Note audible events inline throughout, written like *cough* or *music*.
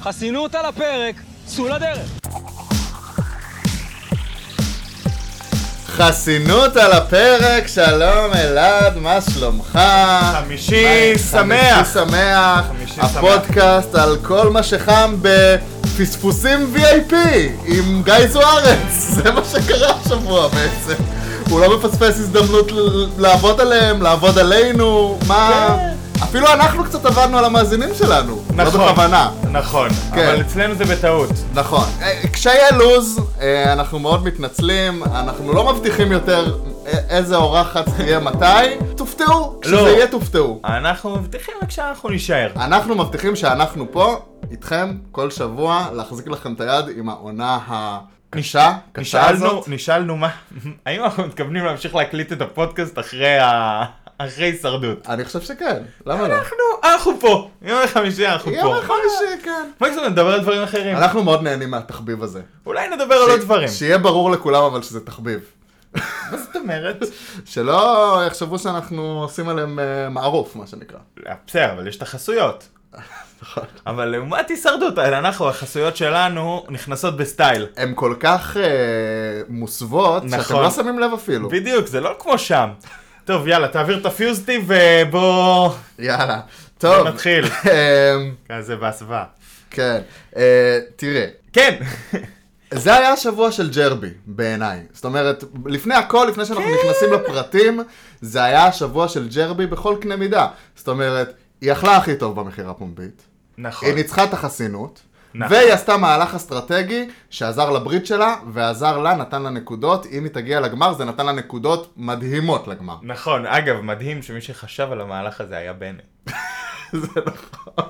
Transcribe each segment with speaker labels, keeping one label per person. Speaker 1: חסינות על הפרק, צאו לדרך.
Speaker 2: חסינות על הפרק, שלום אלעד, מה שלומך?
Speaker 3: חמישי
Speaker 2: חמישי
Speaker 3: שמח!
Speaker 2: שמח,
Speaker 3: חמישי
Speaker 2: הפודקאסט על כל מה שחם בפספוסים VIP עם גיא זוארץ, *laughs* זה מה שקרה השבוע בעצם. הוא לא מפספס הזדמנות ל- לעבוד עליהם, לעבוד עלינו, מה... אפילו אנחנו קצת עבדנו על המאזינים שלנו, לא
Speaker 3: כן. נכון.
Speaker 2: בכוונה.
Speaker 3: נכון,
Speaker 2: כן.
Speaker 3: אבל אצלנו זה בטעות.
Speaker 2: נכון. אה, קשיי הלו"ז, אה, אנחנו מאוד מתנצלים, אנחנו לא מבטיחים יותר א- איזה אורחת תהיה מתי. תופתעו, כשזה
Speaker 3: לא.
Speaker 2: יהיה תופתעו.
Speaker 3: אנחנו מבטיחים רק שאנחנו נישאר.
Speaker 2: אנחנו מבטיחים שאנחנו פה, איתכם, כל שבוע, להחזיק לכם את היד עם העונה הקשה, קשה
Speaker 3: נשאלנו,
Speaker 2: הזאת.
Speaker 3: נשאלנו מה, *laughs* האם אנחנו מתכוונים להמשיך להקליט את הפודקאסט אחרי ה... אחרי הישרדות?
Speaker 2: אני חושב שכן, למה לא?
Speaker 3: אנחנו, אנחנו פה, יום חמישי אנחנו פה. כן.
Speaker 2: יום חמישי, כן.
Speaker 3: מקסימום נדבר על דברים אחרים.
Speaker 2: אנחנו מאוד נהנים מהתחביב הזה.
Speaker 3: אולי נדבר על עוד
Speaker 2: ש-
Speaker 3: דברים.
Speaker 2: שיהיה ברור לכולם אבל שזה תחביב.
Speaker 3: מה זאת אומרת?
Speaker 2: שלא יחשבו שאנחנו עושים עליהם אה, מערוף, מה שנקרא.
Speaker 3: אה, בסדר, אבל יש את החסויות.
Speaker 2: נכון.
Speaker 3: אבל לעומת הישרדות, אנחנו, החסויות שלנו נכנסות בסטייל.
Speaker 2: הן כל כך אה, מוסוות, שאתם
Speaker 3: נכון.
Speaker 2: לא שמים לב אפילו.
Speaker 3: בדיוק, זה לא כמו שם. טוב, יאללה, תעביר את הפיוזטי ובוא...
Speaker 2: יאללה. טוב.
Speaker 3: נתחיל.
Speaker 2: אמ,
Speaker 3: כזה בהסוואה.
Speaker 2: כן. אה, תראה, *laughs*
Speaker 3: כן!
Speaker 2: זה היה השבוע של ג'רבי, בעיניי. זאת אומרת, לפני הכל, לפני
Speaker 3: כן.
Speaker 2: שאנחנו נכנסים לפרטים, זה היה השבוע של ג'רבי בכל קנה מידה. זאת אומרת, היא אכלה הכי טוב במכירה הפומבית,
Speaker 3: נכון.
Speaker 2: היא ניצחה את החסינות,
Speaker 3: נכון.
Speaker 2: והיא עשתה מהלך אסטרטגי שעזר לברית שלה, ועזר לה, נתן לה נקודות. אם היא תגיע לגמר, זה נתן לה נקודות מדהימות לגמר.
Speaker 3: נכון, אגב, מדהים שמי שחשב על המהלך הזה היה בנט.
Speaker 2: *laughs* זה נכון.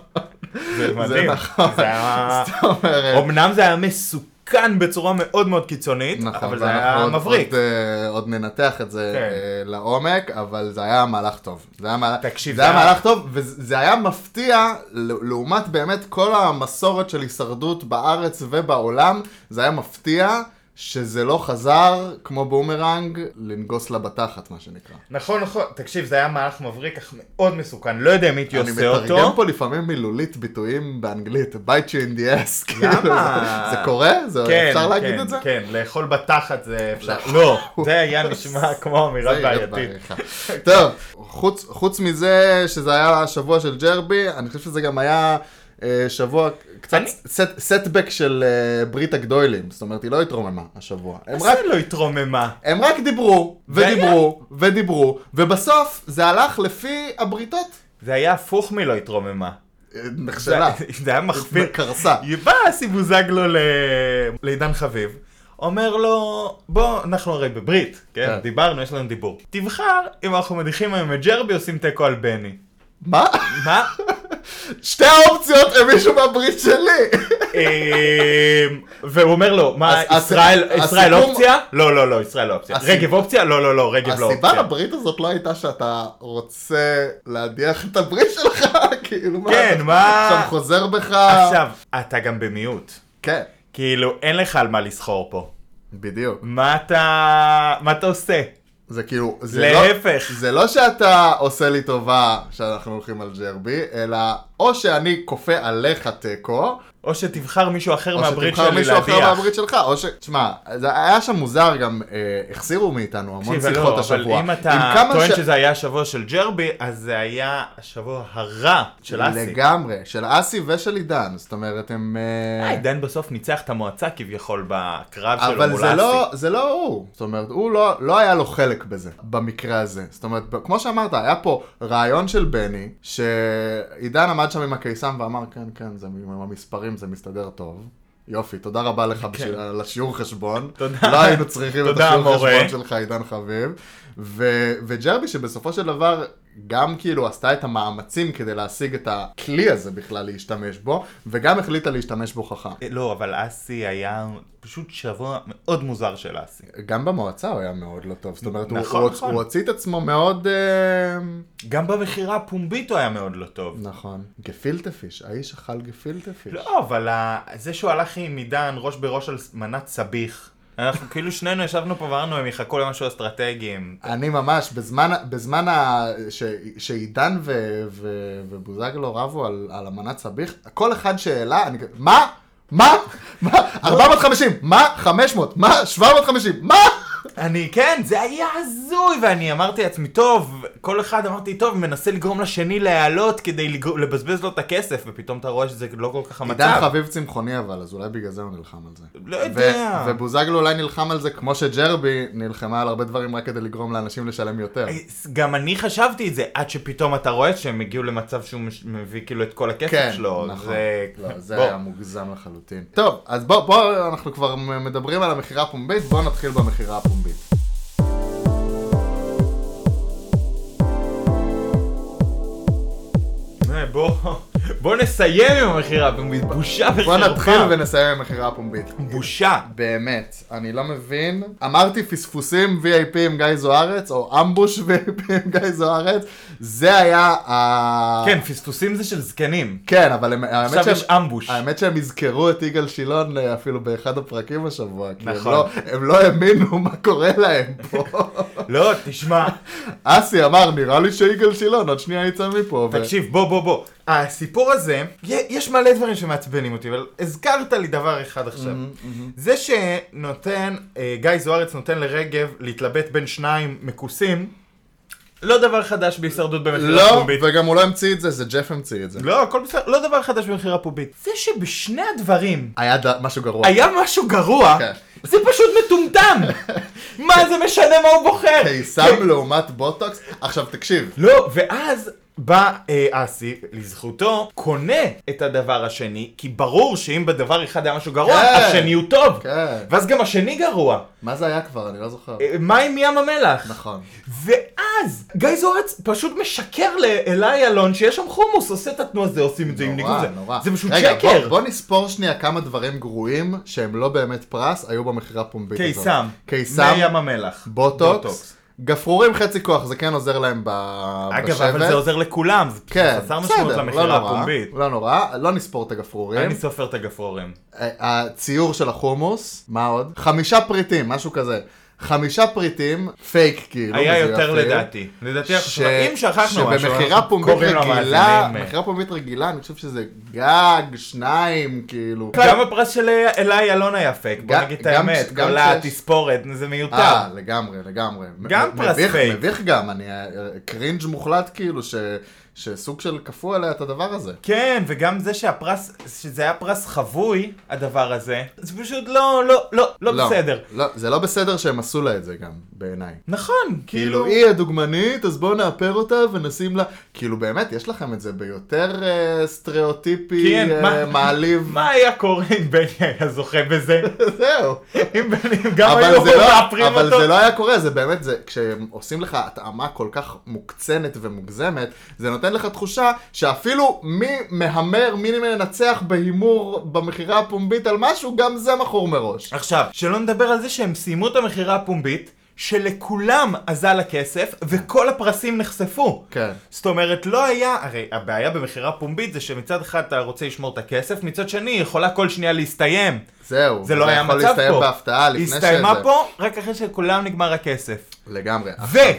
Speaker 3: זה מדהים.
Speaker 2: נכון.
Speaker 3: זה היה...
Speaker 2: זאת אומרת...
Speaker 3: אמנם זה היה מסוכן בצורה מאוד מאוד קיצונית,
Speaker 2: נכון,
Speaker 3: אבל זה
Speaker 2: ואנחנו
Speaker 3: היה
Speaker 2: עוד-
Speaker 3: מבריק.
Speaker 2: עוד, אה, עוד ננתח את זה
Speaker 3: כן.
Speaker 2: אה, לעומק, אבל זה היה מהלך טוב. זה היה מהלך-
Speaker 3: תקשיב,
Speaker 2: זה היה
Speaker 3: זה היה-
Speaker 2: מהלך טוב, וזה היה מפתיע ל- לעומת באמת כל המסורת של הישרדות בארץ ובעולם, זה היה מפתיע. שזה לא חזר, כמו בומרנג, לנגוס לה בתחת, מה שנקרא.
Speaker 3: נכון, נכון. תקשיב, זה היה מהלך מבריק, אך מאוד מסוכן. לא יודע אם הייתי
Speaker 2: אני
Speaker 3: עושה
Speaker 2: מתרגם
Speaker 3: אותו.
Speaker 2: פה לפעמים מילולית ביטויים באנגלית, bite you in the ass, *laughs* כאילו,
Speaker 3: למה?
Speaker 2: זה- זה קורה? זה-
Speaker 3: כן,
Speaker 2: אפשר להגיד
Speaker 3: כן,
Speaker 2: את זה?
Speaker 3: כן, לאכול בתחת זה אפשר. לא, זה היה נשמע כמו אמירה
Speaker 2: זה יהיה
Speaker 3: בעייתית.
Speaker 2: בעריכה. טוב, חוץ, חוץ מזה שזה היה השבוע של ג'רבי, אני חושב שזה גם היה אה, שבוע קצת
Speaker 3: אני-
Speaker 2: סט, סטבק של אה, ברית הגדוילים, זאת אומרת היא לא התרוממה השבוע. הם
Speaker 3: אז
Speaker 2: רק,
Speaker 3: זה לא התרוממה.
Speaker 2: הם רק דיברו,
Speaker 3: זה היה-
Speaker 2: ודיברו, ודיברו, ובסוף זה הלך לפי הבריתות.
Speaker 3: זה היה הפוך מלא התרוממה.
Speaker 2: אה,
Speaker 3: זה
Speaker 2: נכשלה,
Speaker 3: זה היה מחפיר.
Speaker 2: קרסה.
Speaker 3: בא אסי בוזגלו ל... לעידן חביב, אומר לו, בוא, אנחנו הרי בברית, כן?
Speaker 2: כן.
Speaker 3: דיברנו, יש לנו דיבור. תבחר אם אנחנו מדיחים היום את ג'רבי, עושים תיקו על בני.
Speaker 2: מה? *laughs*
Speaker 3: מה?
Speaker 2: שתי האופציות הם מישהו מהברית שלי.
Speaker 3: אמ, והוא אומר לו, מה,
Speaker 2: אז- אז-
Speaker 3: ישראל ישראל
Speaker 2: הסיכום-
Speaker 3: אופציה? לא, לא, לא, ישראל לא אופציה.
Speaker 2: הסיכ-
Speaker 3: רגב אופציה? לא, לא, לא, רגב לא
Speaker 2: הסיבה
Speaker 3: אופציה.
Speaker 2: לברית הזאת לא הייתה שאתה רוצה להדיח את הברית שלך, *laughs* כאילו מה?
Speaker 3: כן,
Speaker 2: אתה
Speaker 3: מה?
Speaker 2: עכשיו חוזר בך.
Speaker 3: עכשיו,
Speaker 2: אה.
Speaker 3: אתה גם במיעוט.
Speaker 2: כן,
Speaker 3: כאילו, אין לך על מה לסחור פה.
Speaker 2: בדיוק.
Speaker 3: מה אתה... מה אתה עושה?
Speaker 2: זה כאילו, זה
Speaker 3: להפך.
Speaker 2: לא, זה לא שאתה עושה לי טובה שאנחנו הולכים על ג'רבי, אלא או שאני כופה עליך תיקו,
Speaker 3: או שתבחר מישהו אחר
Speaker 2: או
Speaker 3: מהברית
Speaker 2: שתבחר
Speaker 3: שלי
Speaker 2: מישהו אחר
Speaker 3: להדיח.
Speaker 2: מהברית שלך, או ש... תשמע, זה היה שם מוזר גם, אה, החסירו מאיתנו המון
Speaker 3: תקשיב,
Speaker 2: שיחות
Speaker 3: לא,
Speaker 2: השבוע.
Speaker 3: אבל אם
Speaker 2: עם
Speaker 3: אתה
Speaker 2: כמה
Speaker 3: טוען
Speaker 2: ש-
Speaker 3: שזה היה השבוע של ג'רבי, אז זה היה השבוע הרע של אסי.
Speaker 2: לגמרי, של אסי ושל עידן, זאת אומרת הם... אה,
Speaker 3: אה, דן בסוף ניצח את המועצה כביכול בקרב שלו
Speaker 2: אבל
Speaker 3: מול
Speaker 2: זה
Speaker 3: אסי.
Speaker 2: לא, זה לא הוא. זאת אומרת, הוא לא, לא היה לו חלק בזה, במקרה הזה. זאת אומרת, ב- כמו שאמרת, היה פה רעיון של בני, שעידן עמד שם עם הקיסם ואמר, כן, כן, זה, עם המספרים זה מסתדר טוב. יופי, תודה רבה לך בשביל, על השיעור חשבון.
Speaker 3: כן. *laughs* תודה.
Speaker 2: לא היינו צריכים את
Speaker 3: תודה,
Speaker 2: השיעור
Speaker 3: המורה.
Speaker 2: חשבון שלך, עידן חביב. ו- וג'רבי שבסופו של דבר גם כאילו עשתה את המאמצים כדי להשיג את הכלי הזה בכלל להשתמש בו, וגם החליטה להשתמש בו חכם.
Speaker 3: אה, לא, אבל אסי היה פשוט שבוע מאוד מוזר של אסי.
Speaker 2: גם במועצה הוא היה מאוד לא טוב, זאת אומרת, הוא-
Speaker 3: נכון,
Speaker 2: הוא,
Speaker 3: נכון.
Speaker 2: הוא הוציא את עצמו מאוד... אה,
Speaker 3: גם במכירה הפומבית הוא היה מאוד לא טוב.
Speaker 2: נכון. גפילטפיש, האיש אכל גפילטפיש.
Speaker 3: לא, אבל ה- זה שהוא הלך עם עידן ראש בראש על מנת סביח, אנחנו כאילו שנינו ישבנו פה ואמרנו, הם יחכו למשהו אסטרטגיים.
Speaker 2: אני ממש, בזמן, בזמן ה, ש, שעידן ו, ו, ובוזגלו רבו על, על אמנת סביח, כל אחד שהעלה, אני כזה, מה? מה? מה?
Speaker 3: לא.
Speaker 2: 450? מה? 500? מה? 750? מה?
Speaker 3: אני, כן, זה היה הזוי, ואני אמרתי לעצמי, טוב, כל אחד אמרתי, טוב, מנסה לגרום לשני להעלות כדי לגר- לבזבז לו את הכסף, ופתאום אתה רואה שזה לא כל כך
Speaker 2: עידן
Speaker 3: המצב.
Speaker 2: חביב צמחוני אבל, אז אולי בגלל זה הוא נלחם על זה.
Speaker 3: לא
Speaker 2: ו-
Speaker 3: יודע.
Speaker 2: ובוזגלו אולי נלחם על זה כמו שג'רבי נלחמה על הרבה דברים רק כדי לגרום לאנשים לשלם יותר.
Speaker 3: גם אני חשבתי את זה, עד שפתאום אתה רואה שהם הגיעו למצב שהוא מש- מביא כאילו את כל הכסף
Speaker 2: כן,
Speaker 3: שלו.
Speaker 2: נכון.
Speaker 3: זה-
Speaker 2: לא, זה
Speaker 3: בוא.
Speaker 2: היה מוגזם לחלוטין. טוב, אז בוא, בוא, אנחנו כבר מדברים על המכירה הפומבית, בוא נתחיל במכירה הפומבית.
Speaker 3: אה, בוא, בוא נסיים עם המכירה, בושה וחרפה.
Speaker 2: בוא נתחיל ונסיים עם המכירה הפומבית.
Speaker 3: בושה.
Speaker 2: באמת, אני לא מבין. אמרתי פספוסים VIP עם גיא זוארץ, או אמבוש VIP עם גיא זוארץ, זה היה ה...
Speaker 3: כן, פספוסים זה של זקנים.
Speaker 2: כן, אבל הם, האמת
Speaker 3: עכשיו יש
Speaker 2: שהם...
Speaker 3: אמבוש.
Speaker 2: האמת שהם יזכרו את יגאל שילון אה, אפילו באחד הפרקים השבוע, כי הם
Speaker 3: נכון.
Speaker 2: לא- הם לא האמינו מה קורה להם
Speaker 3: *laughs*
Speaker 2: פה.
Speaker 3: לא, *laughs* תשמע,
Speaker 2: אסי אמר, נראה לי שיגאל שילון עוד שנייה יצא מפה. ו-
Speaker 3: תקשיב, בוא, בוא, בוא. הסיפור הזה, י- יש מלא דברים שמעצבנים אותי, אבל הזכרת לי דבר אחד עכשיו. זה שנותן, אה, גיא זוארץ נותן לרגב להתלבט בין שניים מכוסים, לא דבר חדש בהישרדות במכירה
Speaker 2: לא,
Speaker 3: פומבית.
Speaker 2: וגם הוא לא המציא את זה, זה ג'ף המציא את זה.
Speaker 3: לא, הכל בסדר, לא דבר חדש במכירה פומבית. זה שבשני הדברים
Speaker 2: היה ד- משהו גרוע.
Speaker 3: היה משהו גרוע,
Speaker 2: כן.
Speaker 3: זה פשוט *laughs* מטומטם. מה זה משנה מה הוא בוחר?
Speaker 2: קיסם לעומת בוטוקס. עכשיו תקשיב,
Speaker 3: לא, ואז בא אה, אסי, לזכותו, קונה את הדבר השני, כי ברור שאם בדבר אחד היה משהו גרוע,
Speaker 2: כן.
Speaker 3: השני הוא טוב.
Speaker 2: כן.
Speaker 3: ואז גם השני גרוע.
Speaker 2: מה זה היה כבר? אני לא זוכר.
Speaker 3: אה, מים מים המלח.
Speaker 2: נכון.
Speaker 3: ואז גיא זורץ פשוט משקר לאלי אלון שיש שם חומוס, עושה את התנועה הזה, עושים את זה עם ניגוד
Speaker 2: נורא,
Speaker 3: זה.
Speaker 2: נורא.
Speaker 3: זה פשוט
Speaker 2: רגע,
Speaker 3: שקר.
Speaker 2: בוא- בוא נספור שנייה כמה דברים גרועים שהם לא באמת פרס, היו במכירה הפומבית הזאת.
Speaker 3: קיסם. מי
Speaker 2: קיסם,
Speaker 3: ים המלח.
Speaker 2: בוטוקס. גפרורים חצי כוח, זה כן עוזר להם ב- בשבט.
Speaker 3: אגב, אבל זה עוזר לכולם, זה פשוט
Speaker 2: כן,
Speaker 3: חסר משמעות
Speaker 2: בסדר, לא
Speaker 3: למכירה
Speaker 2: נורא,
Speaker 3: הפומבית.
Speaker 2: לא נורא, לא נספור את הגפרורים. אה,
Speaker 3: אני סופר את הגפרורים.
Speaker 2: הציור של החומוס, מה עוד? חמישה פריטים, משהו כזה. חמישה פריטים, פייק כאילו,
Speaker 3: היה
Speaker 2: מזויפים,
Speaker 3: יותר לדעתי. לדעתי אנחנו
Speaker 2: ש-
Speaker 3: שומעים, אם שכחנו משהו,
Speaker 2: שבמכירה
Speaker 3: אנחנו
Speaker 2: פומבית
Speaker 3: קוראים
Speaker 2: רגילה,
Speaker 3: למאזינים, אה,
Speaker 2: מכירה פומבית רגילה, אני חושב שזה גג, שניים, כאילו.
Speaker 3: גם הפרס של אליי אלון היה פייק, בוא
Speaker 2: גם-
Speaker 3: נגיד את
Speaker 2: גם-
Speaker 3: האמת,
Speaker 2: גם
Speaker 3: כל
Speaker 2: שיש-
Speaker 3: התספורת, זה מיותר.
Speaker 2: אה, לגמרי, לגמרי.
Speaker 3: גם
Speaker 2: מ-
Speaker 3: פרס
Speaker 2: מביך-
Speaker 3: פייק.
Speaker 2: מביך גם, אני אה, קרינג' מוחלט כאילו, ש- שסוג של כפו עליה את הדבר הזה.
Speaker 3: כן, וגם זה שהפרס, שזה היה פרס חבוי, הדבר הזה, זה פשוט לא, לא, לא, לא בסדר.
Speaker 2: לא, זה לא בסדר שהם עשו לה את זה גם, בעיניי.
Speaker 3: נכון, כאילו,
Speaker 2: כאילו, היא הדוגמנית, אז בואו נאפר אותה ונשים לה... כאילו, באמת, יש לכם את זה ביותר אה, סטריאוטיפי,
Speaker 3: כן,
Speaker 2: אה,
Speaker 3: מה-
Speaker 2: מעליב.
Speaker 3: מה היה קורה אם בני היה זוכה
Speaker 2: *laughs*
Speaker 3: בזה?
Speaker 2: זהו.
Speaker 3: אם בני גם
Speaker 2: אבל,
Speaker 3: היו
Speaker 2: זה
Speaker 3: מאפרים
Speaker 2: לא, אבל
Speaker 3: אותו?
Speaker 2: זה לא היה קורה, זה באמת, זה, כשהם עושים לך התאמה כל כך מוקצנת ומוגזמת, זה נותן לך תחושה שאפילו מי מהמר, מי מנצח בהימור במכירה הפומבית על משהו, גם זה מכור מראש.
Speaker 3: עכשיו, שלא נדבר על זה שהם סיימו את המכירה הפומבית, שלכולם אזל הכסף, וכל הפרסים נחשפו.
Speaker 2: כן.
Speaker 3: זאת אומרת, לא היה, הרי הבעיה במכירה פומבית זה שמצד אחד אתה רוצה לשמור את הכסף, מצד שני היא יכולה כל שנייה להסתיים.
Speaker 2: זהו.
Speaker 3: זה לא היה מצב פה.
Speaker 2: יכול להסתיים בהפתעה לפני אה, שזה.
Speaker 3: הסתיימה פה רק אחרי שלכולם נגמר הכסף.
Speaker 2: לגמרי.
Speaker 3: ו...
Speaker 2: אה,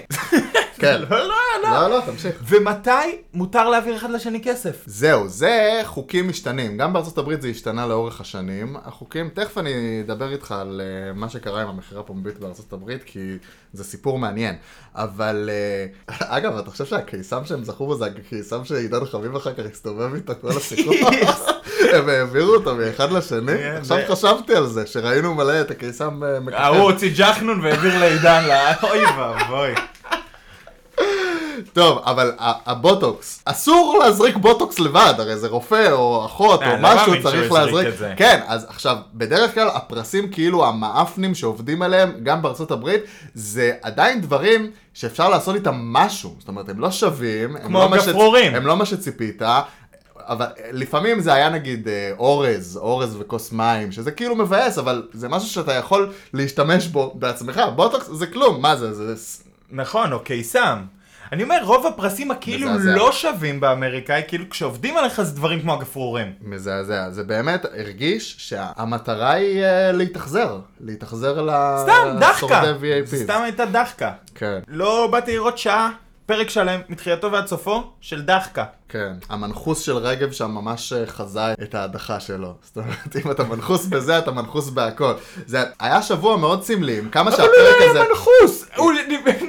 Speaker 2: כן.
Speaker 3: *laughs* לא, לא, לא.
Speaker 2: לא, לא, תמשיך.
Speaker 3: ומתי מותר להעביר אחד לשני כסף?
Speaker 2: *laughs* זהו, זה חוקים משתנים. גם בארצות הברית זה השתנה לאורך השנים. החוקים, תכף אני אדבר איתך על uh, מה שקרה עם המכירה הפומבית בארצות הברית, כי זה סיפור מעניין. אבל, uh, *laughs* אגב, אתה חושב שהקיסם שהם זכו בו זה הקיסם שעידן חביב אחר כך הסתובב איתו כל
Speaker 3: *laughs*
Speaker 2: הסיפור? הם העבירו אותו מאחד לשני?
Speaker 3: כן,
Speaker 2: עכשיו
Speaker 3: זה-
Speaker 2: חשבתי על זה, שראינו מלא את הקיסם אה,
Speaker 3: ההוא
Speaker 2: מככב.
Speaker 3: הוציא ג'חנון והעביר לעידן, ל- *laughs* אוי ואבוי.
Speaker 2: טוב, אבל ה- הבוטוקס, אסור להזריק בוטוקס לבד, הרי זה רופא או אחות
Speaker 3: אה,
Speaker 2: או
Speaker 3: אני לא
Speaker 2: משהו
Speaker 3: מאמין שהוא
Speaker 2: צריך
Speaker 3: הזריק
Speaker 2: להזריק.
Speaker 3: את זה.
Speaker 2: כן, אז עכשיו, בדרך כלל הפרסים כאילו המאפנים שעובדים עליהם, גם בארצות הברית, זה עדיין דברים שאפשר לעשות איתם משהו. זאת אומרת, הם לא שווים, הם
Speaker 3: כמו
Speaker 2: לא מה
Speaker 3: הגפרורים.
Speaker 2: שצ- הם לא מה שציפית. אבל אה, לפעמים זה היה נגיד אה, אורז, אורז וכוס מים, שזה כאילו מבאס, אבל זה משהו שאתה יכול להשתמש בו בעצמך, בוטוקס זה כלום, מה זה, זה ס-
Speaker 3: נכון, או קיסם. אני אומר, רוב הפרסים הכאילו
Speaker 2: מזעזע.
Speaker 3: לא שווים באמריקאי, כאילו כשעובדים עליך זה דברים כמו הגפרורים.
Speaker 2: אה, מזעזע, זה באמת הרגיש שהמטרה היא אה, להתאכזר, להתאכזר ל-
Speaker 3: סתם, דחקה.
Speaker 2: לשורדי VIP.
Speaker 3: סתם הייתה דחקה.
Speaker 2: כן,
Speaker 3: לא באתי לראות שעה, פרק שלם, מתחילתו ועד סופו, של דחקה.
Speaker 2: כן. המנחוס של רגב שם ממש אה, חזה את ההדחה שלו. *laughs* זאת אומרת, אם אתה מנחוס בזה, אתה מנחוס בהכל. זה היה שבוע מאוד סמלי, עם כמה
Speaker 3: אבל הוא
Speaker 2: שהפרק
Speaker 3: לא
Speaker 2: הזה...
Speaker 3: היה מנחוס! הוא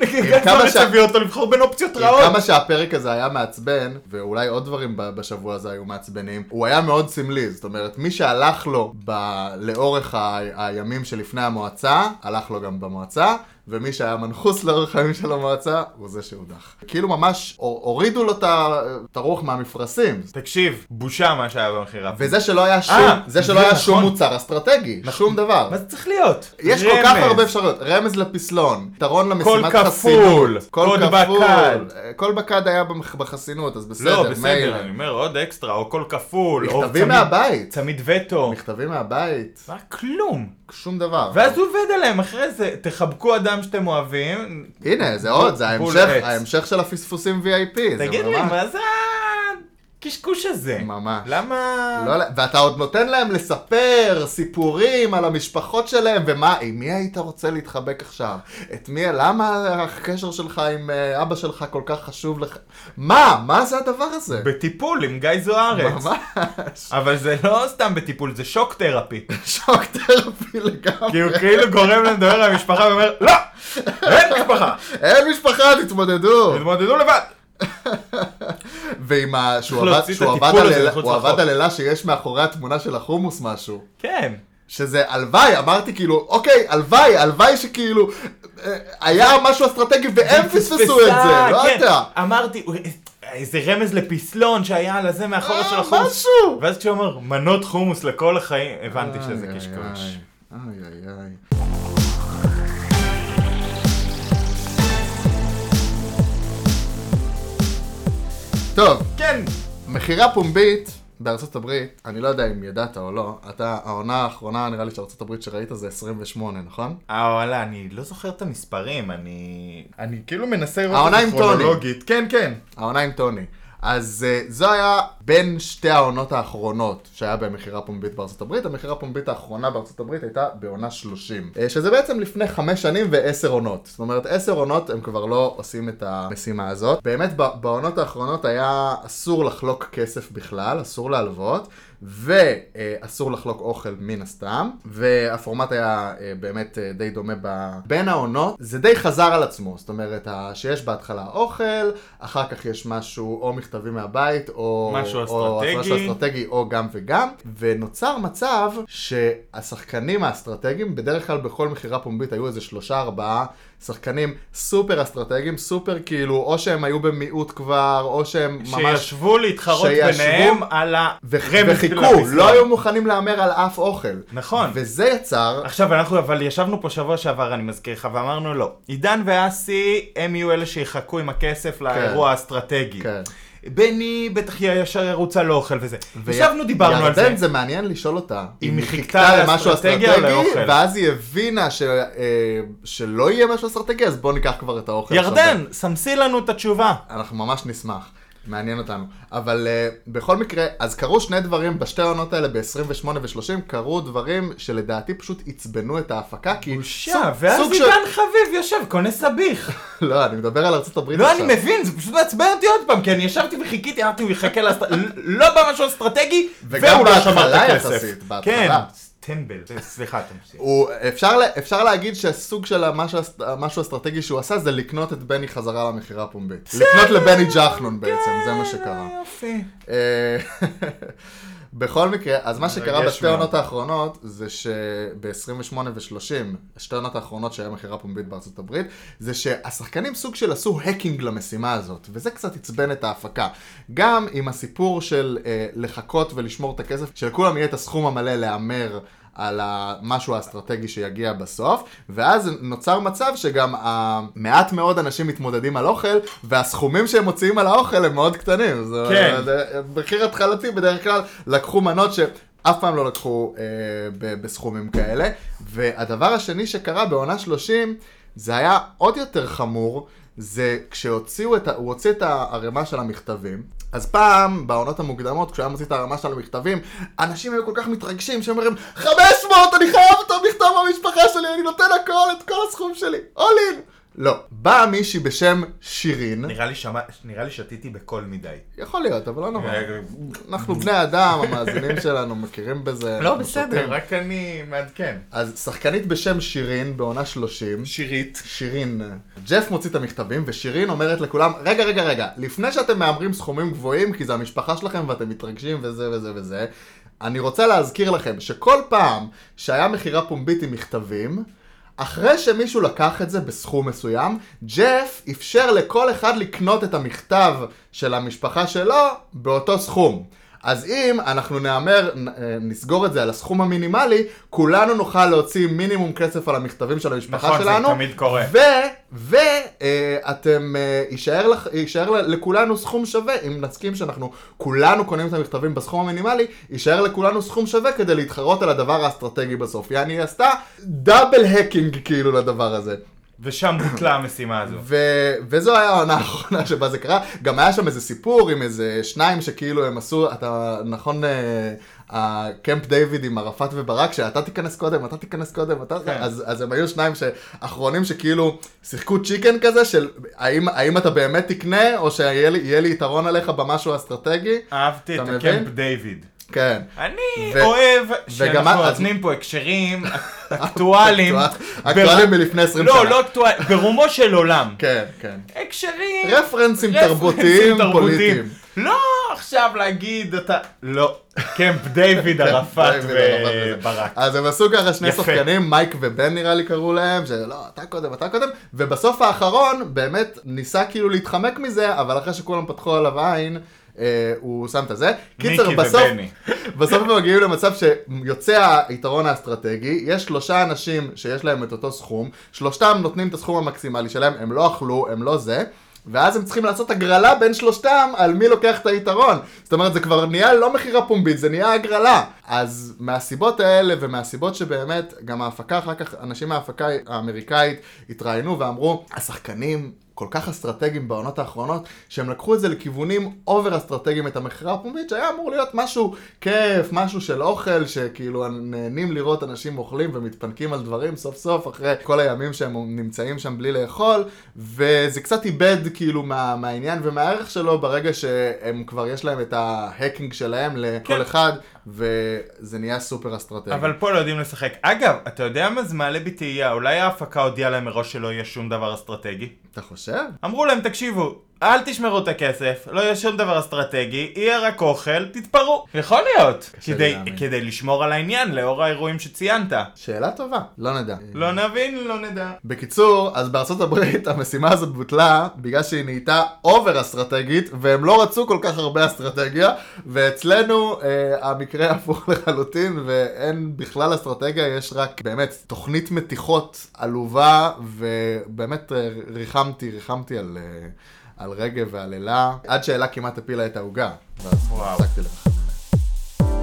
Speaker 3: נגיד,
Speaker 2: כמה
Speaker 3: כמה
Speaker 2: שה-
Speaker 3: מצביא אותו לבחור בין אופציות
Speaker 2: עם
Speaker 3: רעות.
Speaker 2: כאילו, כמה שהפרק הזה היה מעצבן, ואולי עוד דברים ב- בשבוע הזה היו מעצבנים, הוא היה מאוד סמלי. זאת אומרת, מי שהלך לו ב... לאורך ה... הימים שלפני המועצה, הלך לו גם במועצה, ומי שהיה מנחוס לאורך הימים של המועצה, הוא זה שהודח. כאילו ממש הור- הורידו לו את ה- את הרוח מהמפרשים.
Speaker 3: תקשיב, בושה מה שהיה במכירה.
Speaker 2: וזה שלא היה שום,
Speaker 3: אה,
Speaker 2: זה שלא היה
Speaker 3: נכון.
Speaker 2: שום מוצר אסטרטגי, שום דבר.
Speaker 3: מה זה צריך להיות?
Speaker 2: יש כל כך
Speaker 3: רמז.
Speaker 2: הרבה אפשרויות, רמז לפסלון, יתרון
Speaker 3: קול
Speaker 2: למשימת חסינות,
Speaker 3: כפול, קוד בקד.
Speaker 2: כל בקד היה במח- בחסינות, אז בסדר,
Speaker 3: לא,
Speaker 2: מילא.
Speaker 3: בסדר, לא אני אומר עוד אקסטרה, או קול כפול, או
Speaker 2: מכתבים
Speaker 3: צמיד-
Speaker 2: מהבית,
Speaker 3: צמיד וטו.
Speaker 2: מכתבים מהבית,
Speaker 3: מה? כלום.
Speaker 2: שום דבר.
Speaker 3: ואז הוא עובד עליהם, אחרי זה, תחבקו אדם שאתם אוהבים,
Speaker 2: הנה, זה עוד, זה
Speaker 3: בול
Speaker 2: ההמשך,
Speaker 3: עץ.
Speaker 2: ההמשך של הפספוסים VIP, זה
Speaker 3: תגיד לי,
Speaker 2: ממש-
Speaker 3: מה זה הקשקוש הזה?
Speaker 2: ממש.
Speaker 3: למה...
Speaker 2: לא, ואתה עוד נותן להם לספר סיפורים על המשפחות שלהם, ומה, עם מי היית רוצה להתחבק עכשיו? את מי, למה הקשר שלך עם אה, אבא שלך כל כך חשוב לך? מה? מה זה הדבר הזה?
Speaker 3: בטיפול עם גיא זוארץ.
Speaker 2: ממש.
Speaker 3: אבל זה לא סתם בטיפול, זה שוק תרפי.
Speaker 2: שוק תרפי
Speaker 3: *laughs* כי
Speaker 2: לגמרי.
Speaker 3: הוא כאילו גורם להם לדבר עם המשפחה ואומר, לא! אין משפחה!
Speaker 2: אין אה, משפחה, תתמודדו.
Speaker 3: תתמודדו לבד!
Speaker 2: ועם ה... שהוא
Speaker 3: צריך
Speaker 2: עבד-
Speaker 3: להוציא את
Speaker 2: שהוא
Speaker 3: הטיפול
Speaker 2: עבד על
Speaker 3: הזה
Speaker 2: אלה-
Speaker 3: מחוץ
Speaker 2: הוא
Speaker 3: לחוק.
Speaker 2: עבד על אלה שיש מאחורי התמונה של החומוס משהו.
Speaker 3: כן.
Speaker 2: שזה הלוואי, אמרתי כאילו, אוקיי, הלוואי, הלוואי שכאילו, אה, היה משהו אסטרטגי והם פספסו את זה, לא
Speaker 3: כן.
Speaker 2: יודע.
Speaker 3: אמרתי, הוא- איזה רמז לפסלון שהיה על הזה מאחורה של
Speaker 2: אה,
Speaker 3: החומוס.
Speaker 2: משהו.
Speaker 3: ואז כשהוא אומר, מנות חומוס לכל החיים, הבנתי שזה
Speaker 2: איי,
Speaker 3: קשקוש.
Speaker 2: איי, איי, איי. טוב,
Speaker 3: כן,
Speaker 2: מכירה פומבית בארצות הברית, אני לא יודע אם ידעת או לא, אתה, העונה האחרונה נראה לי של ארצות הברית שראית זה 28, נכון?
Speaker 3: אה, וואלה, אני לא זוכר את המספרים, אני... אני כאילו מנסה
Speaker 2: את העונה זה עם טוני. כרונולוגית.
Speaker 3: כן, כן.
Speaker 2: העונה עם טוני. אז uh, זו היה בין שתי העונות האחרונות שהיה בהן מכירה פומבית בארצות הברית. המכירה הפומבית האחרונה בארצות הברית הייתה בעונה 30. Uh, שזה בעצם לפני חמש שנים ועשר עונות. זאת אומרת, עשר עונות הם כבר לא עושים את המשימה הזאת. באמת, ב- בעונות האחרונות היה אסור לחלוק כסף בכלל, אסור להלוות. ואסור לחלוק אוכל מן הסתם, והפורמט היה אה, באמת אה, די דומה ב... בין העונות, זה די חזר על עצמו, זאת אומרת ה- שיש בהתחלה אוכל, אחר כך יש משהו או מכתבים מהבית, או...
Speaker 3: משהו
Speaker 2: או
Speaker 3: אסטרטגי.
Speaker 2: הפרש אסטרטגי, או גם וגם, ונוצר מצב שהשחקנים האסטרטגיים, בדרך כלל בכל מכירה פומבית היו איזה שלושה ארבעה שחקנים סופר אסטרטגיים, סופר כאילו, או שהם היו במיעוט כבר, או שהם ממש...
Speaker 3: שישבו להתחרות
Speaker 2: שישבו-
Speaker 3: ביניהם על
Speaker 2: ו-
Speaker 3: הרמז
Speaker 2: וחיכו,
Speaker 3: של
Speaker 2: לא היו
Speaker 3: הפסלון.
Speaker 2: מוכנים להמר על אף אוכל.
Speaker 3: כאילו נכון.
Speaker 2: וזה יצר,
Speaker 3: עכשיו אנחנו אבל ישבנו פה שבוע שעבר אני מזכיר לך ואמרנו לא, עידן ואסי הם יהיו אלה שיחכו עם הכסף לאירוע האסטרטגי.
Speaker 2: כן.
Speaker 3: בני בטח ישר ירוץ על אוכל וזה. ישבנו דיברנו על
Speaker 2: ירדן,
Speaker 3: זה.
Speaker 2: זה מעניין לשאול אותה.
Speaker 3: אם היא חיכתה לאסטרטגיה או לאוכל?
Speaker 2: ואז היא הבינה ש- אה, שלא יהיה משהו אסטרטגי, אז בואו ניקח כבר את האוכל.
Speaker 3: ירדן, סמסי לנו את התשובה.
Speaker 2: שווה. אנחנו ממש נשמח. מעניין אותנו. אבל uh, בכל מקרה, אז קרו שני דברים בשתי העונות האלה, ב-28 ו-30, קרו דברים שלדעתי פשוט עצבנו את ההפקה, כי...
Speaker 3: בושה, ואז
Speaker 2: סוג של-
Speaker 3: עידן חביב יושב, קונה סביך.
Speaker 2: *laughs* לא, אני מדבר על ארצות הברית
Speaker 3: לא,
Speaker 2: עכשיו.
Speaker 3: אני מבין, זה פשוט מעצבן אותי עוד פעם, כי אני ישבתי וחיכיתי, אמרתי, הוא יחכה לאסטרטגי, *laughs* לא בא משהו אסטרטגי,
Speaker 2: וגם
Speaker 3: והוא לא שמר את
Speaker 2: בהתחלה
Speaker 3: הכסף.
Speaker 2: יחסית, בהתחלה.
Speaker 3: כן, טמבל, סליחה, תמשיך.
Speaker 2: הוא, אפשר, לה- אפשר להגיד שהסוג של המשהו האס- המשהו האסטרטגי שהוא עשה זה לקנות את בני חזרה למכירה הפומבית. לקנות לבני ג'חנון בעצם, זה מה שקרה.
Speaker 3: יופי.
Speaker 2: אה, *laughs* בכל מקרה, אז מה שקרה
Speaker 3: מרגש
Speaker 2: בשתי
Speaker 3: מאוד.
Speaker 2: העונות האחרונות, זה שב-28 ו-30, שתי העונות האחרונות שהיה מכירה פומבית בארצות הברית, זה שהשחקנים סוג של עשו האקינג למשימה הזאת, וזה קצת עצבן את ההפקה. גם עם הסיפור של אה, לחכות ולשמור את הכסף, שלכולם יהיה את הסכום המלא להמר. על המשהו האסטרטגי שיגיע בסוף, ואז נוצר מצב שגם המעט מאוד אנשים מתמודדים על אוכל, והסכומים שהם מוציאים על האוכל הם מאוד קטנים. זה-
Speaker 3: כן.
Speaker 2: זה- מחיר התחלתי בדרך כלל לקחו מנות שאף פעם לא לקחו אה, ב- בסכומים כאלה. והדבר השני שקרה בעונה 30 זה היה עוד יותר חמור, זה כשהוציאו את ה... הוא הוציא את הערימה של המכתבים. אז פעם, בעונות המוקדמות, כשהוא היה מוציא את הערימה של המכתבים, אנשים היו כל כך מתרגשים, שהם אומרים, 500, אני חייב את המכתב במשפחה שלי, אני נותן הכל, את כל הסכום שלי, all in! לא. באה מישהי בשם שירין,
Speaker 3: נראה לי שמע- נראה לי שתיתי בקול מדי. אה,
Speaker 2: יכול להיות, אבל לא נורא. אנחנו בני אדם, המאזינים שלנו מכירים בזה.
Speaker 3: לא,
Speaker 2: אנחנו שותים.
Speaker 3: בסדר, רק אני מעדכן.
Speaker 2: אז שחקנית בשם שירין, בעונה 30,
Speaker 3: שירית.
Speaker 2: שירין, ג'ף מוציא את המכתבים, ושירין אומרת לכולם, רגע, רגע, רגע, לפני שאתם מהמרים סכומים גבוהים, כי זה המשפחה שלכם ואתם מתרגשים וזה וזה וזה, אני רוצה להזכיר לכם שכל פעם שהיה מכירה פומבית עם מכתבים, אחרי שמישהו לקח את זה בסכום מסוים, ג'ף אפשר לכל אחד לקנות את המכתב של המשפחה שלו באותו סכום. אז אם אנחנו נהמר, נ- אה, נסגור את זה על הסכום המינימלי, כולנו נוכל להוציא מינימום כסף על המכתבים של המשפחה
Speaker 3: נכון, זה
Speaker 2: שלנו.
Speaker 3: תמיד קורה.
Speaker 2: ו... ואתם... יישאר, לך- יישאר ל- לכולנו סכום שווה, אם נסכים שאנחנו כולנו קונים את המכתבים בסכום המינימלי, יישאר לכולנו סכום שווה כדי להתחרות על הדבר האסטרטגי בסוף. יעני, היא עשתה דאבל הקינג כאילו לדבר הזה.
Speaker 3: ושם בוטלה המשימה הזו.
Speaker 2: ו... וזו היה העונה האחרונה שבה זה קרה. גם היה שם איזה סיפור עם איזה שניים שכאילו הם עשו, אתה נכון, אה, הקמפ דיוויד עם ערפאת וברק, שאתה תיכנס קודם, אתה תיכנס קודם, אתה...
Speaker 3: כן.
Speaker 2: אז, אז הם היו שניים שאחרונים שכאילו שיחקו צ'יקן כזה, של האם, האם אתה באמת תקנה, או שיהיה לי, יהיה לי יתרון עליך במשהו אסטרטגי.
Speaker 3: אהבתי את
Speaker 2: אתה מבין?
Speaker 3: הקמפ דיוויד.
Speaker 2: כן.
Speaker 3: אני
Speaker 2: ו-
Speaker 3: אוהב
Speaker 2: וגם
Speaker 3: שאנחנו
Speaker 2: אז-
Speaker 3: נותנים פה הקשרים
Speaker 2: *laughs*
Speaker 3: אקטואליים.
Speaker 2: אקטואלים
Speaker 3: בר-
Speaker 2: מלפני 20
Speaker 3: לא,
Speaker 2: שנה.
Speaker 3: לא אקטואליים, ברומו של עולם.
Speaker 2: כן, כן.
Speaker 3: הקשרים.
Speaker 2: רפרנסים
Speaker 3: רפרנסים
Speaker 2: תרבותיים פוליטיים.
Speaker 3: לא עכשיו להגיד אתה... לא. קמפ דיוויד, ערפאת
Speaker 2: *laughs* דיוויד, ערפאת וזה.
Speaker 3: וברק.
Speaker 2: אז הם עשו ככה שני
Speaker 3: יפה.
Speaker 2: שחקנים, מייק ובן נראה לי קראו להם, שלא, אתה קודם, אתה קודם, ובסוף האחרון באמת ניסה כאילו להתחמק מזה, אבל אחרי שכולם פתחו עליו עין, אה, הוא שם את הזה. קיצר,
Speaker 3: מיקי
Speaker 2: בסוף,
Speaker 3: ובני.
Speaker 2: בסוף הם מגיעים למצב שיוצא היתרון האסטרטגי, יש שלושה אנשים שיש להם את אותו סכום, שלושתם נותנים את הסכום המקסימלי שלהם, הם לא אכלו, הם לא זה. ואז הם צריכים לעשות הגרלה בין שלושתם על מי לוקח את היתרון. זאת אומרת, זה כבר נהיה לא מכירה פומבית, זה נהיה הגרלה. אז מהסיבות האלה, ומהסיבות שבאמת, גם ההפקה אחר כך, אנשים מההפקה האמריקאית התראיינו ואמרו, השחקנים כל כך אסטרטגיים בעונות האחרונות, שהם לקחו את זה לכיוונים אובר אסטרטגיים את המכירה הפומבית, שהיה אמור להיות משהו כיף, משהו של אוכל, שכאילו נהנים לראות אנשים אוכלים ומתפנקים על דברים סוף סוף, אחרי כל הימים שהם נמצאים שם בלי לאכול, וזה קצת איבד כאילו מה, מהעניין ומהערך שלו ברגע שהם כבר יש להם את ההקינג שלהם לכל
Speaker 3: כן.
Speaker 2: אחד, וזה נהיה סופר אסטרטגי.
Speaker 3: אבל פה לא יודעים לשחק. אגב, אתה יודע מה זה מעלה בי תהייה? אולי ההפקה הודיעה להם מראש שלא יהיה שום דבר אסטרטגי?
Speaker 2: אתה חושב?
Speaker 3: אמרו להם, תקשיבו, אל תשמרו את הכסף, לא יהיה שום דבר אסטרטגי, יהיה רק אוכל, תתפרעו. יכול להיות.
Speaker 2: קשה לי
Speaker 3: כדי,
Speaker 2: להאמין.
Speaker 3: כדי לשמור על העניין לאור האירועים שציינת.
Speaker 2: שאלה טובה, לא נדע.
Speaker 3: לא נבין, לא נדע.
Speaker 2: בקיצור, אז בארצות הברית המשימה הזאת בוטלה בגלל שהיא נהייתה אובר אסטרטגית והם לא רצו כל כך הרבה אסטרטגיה ואצלנו אה, המקרה הפוך לחלוטין ואין בכלל אסטרטגיה, יש רק באמת תוכנית מתיחות עלובה ובאמת אה, ריחמתי, ריחמתי על, אה, על רגב ועל אלה עד שאלה כמעט הפילה את העוגה ואז
Speaker 3: וואו.
Speaker 2: הפסקתי לרחם.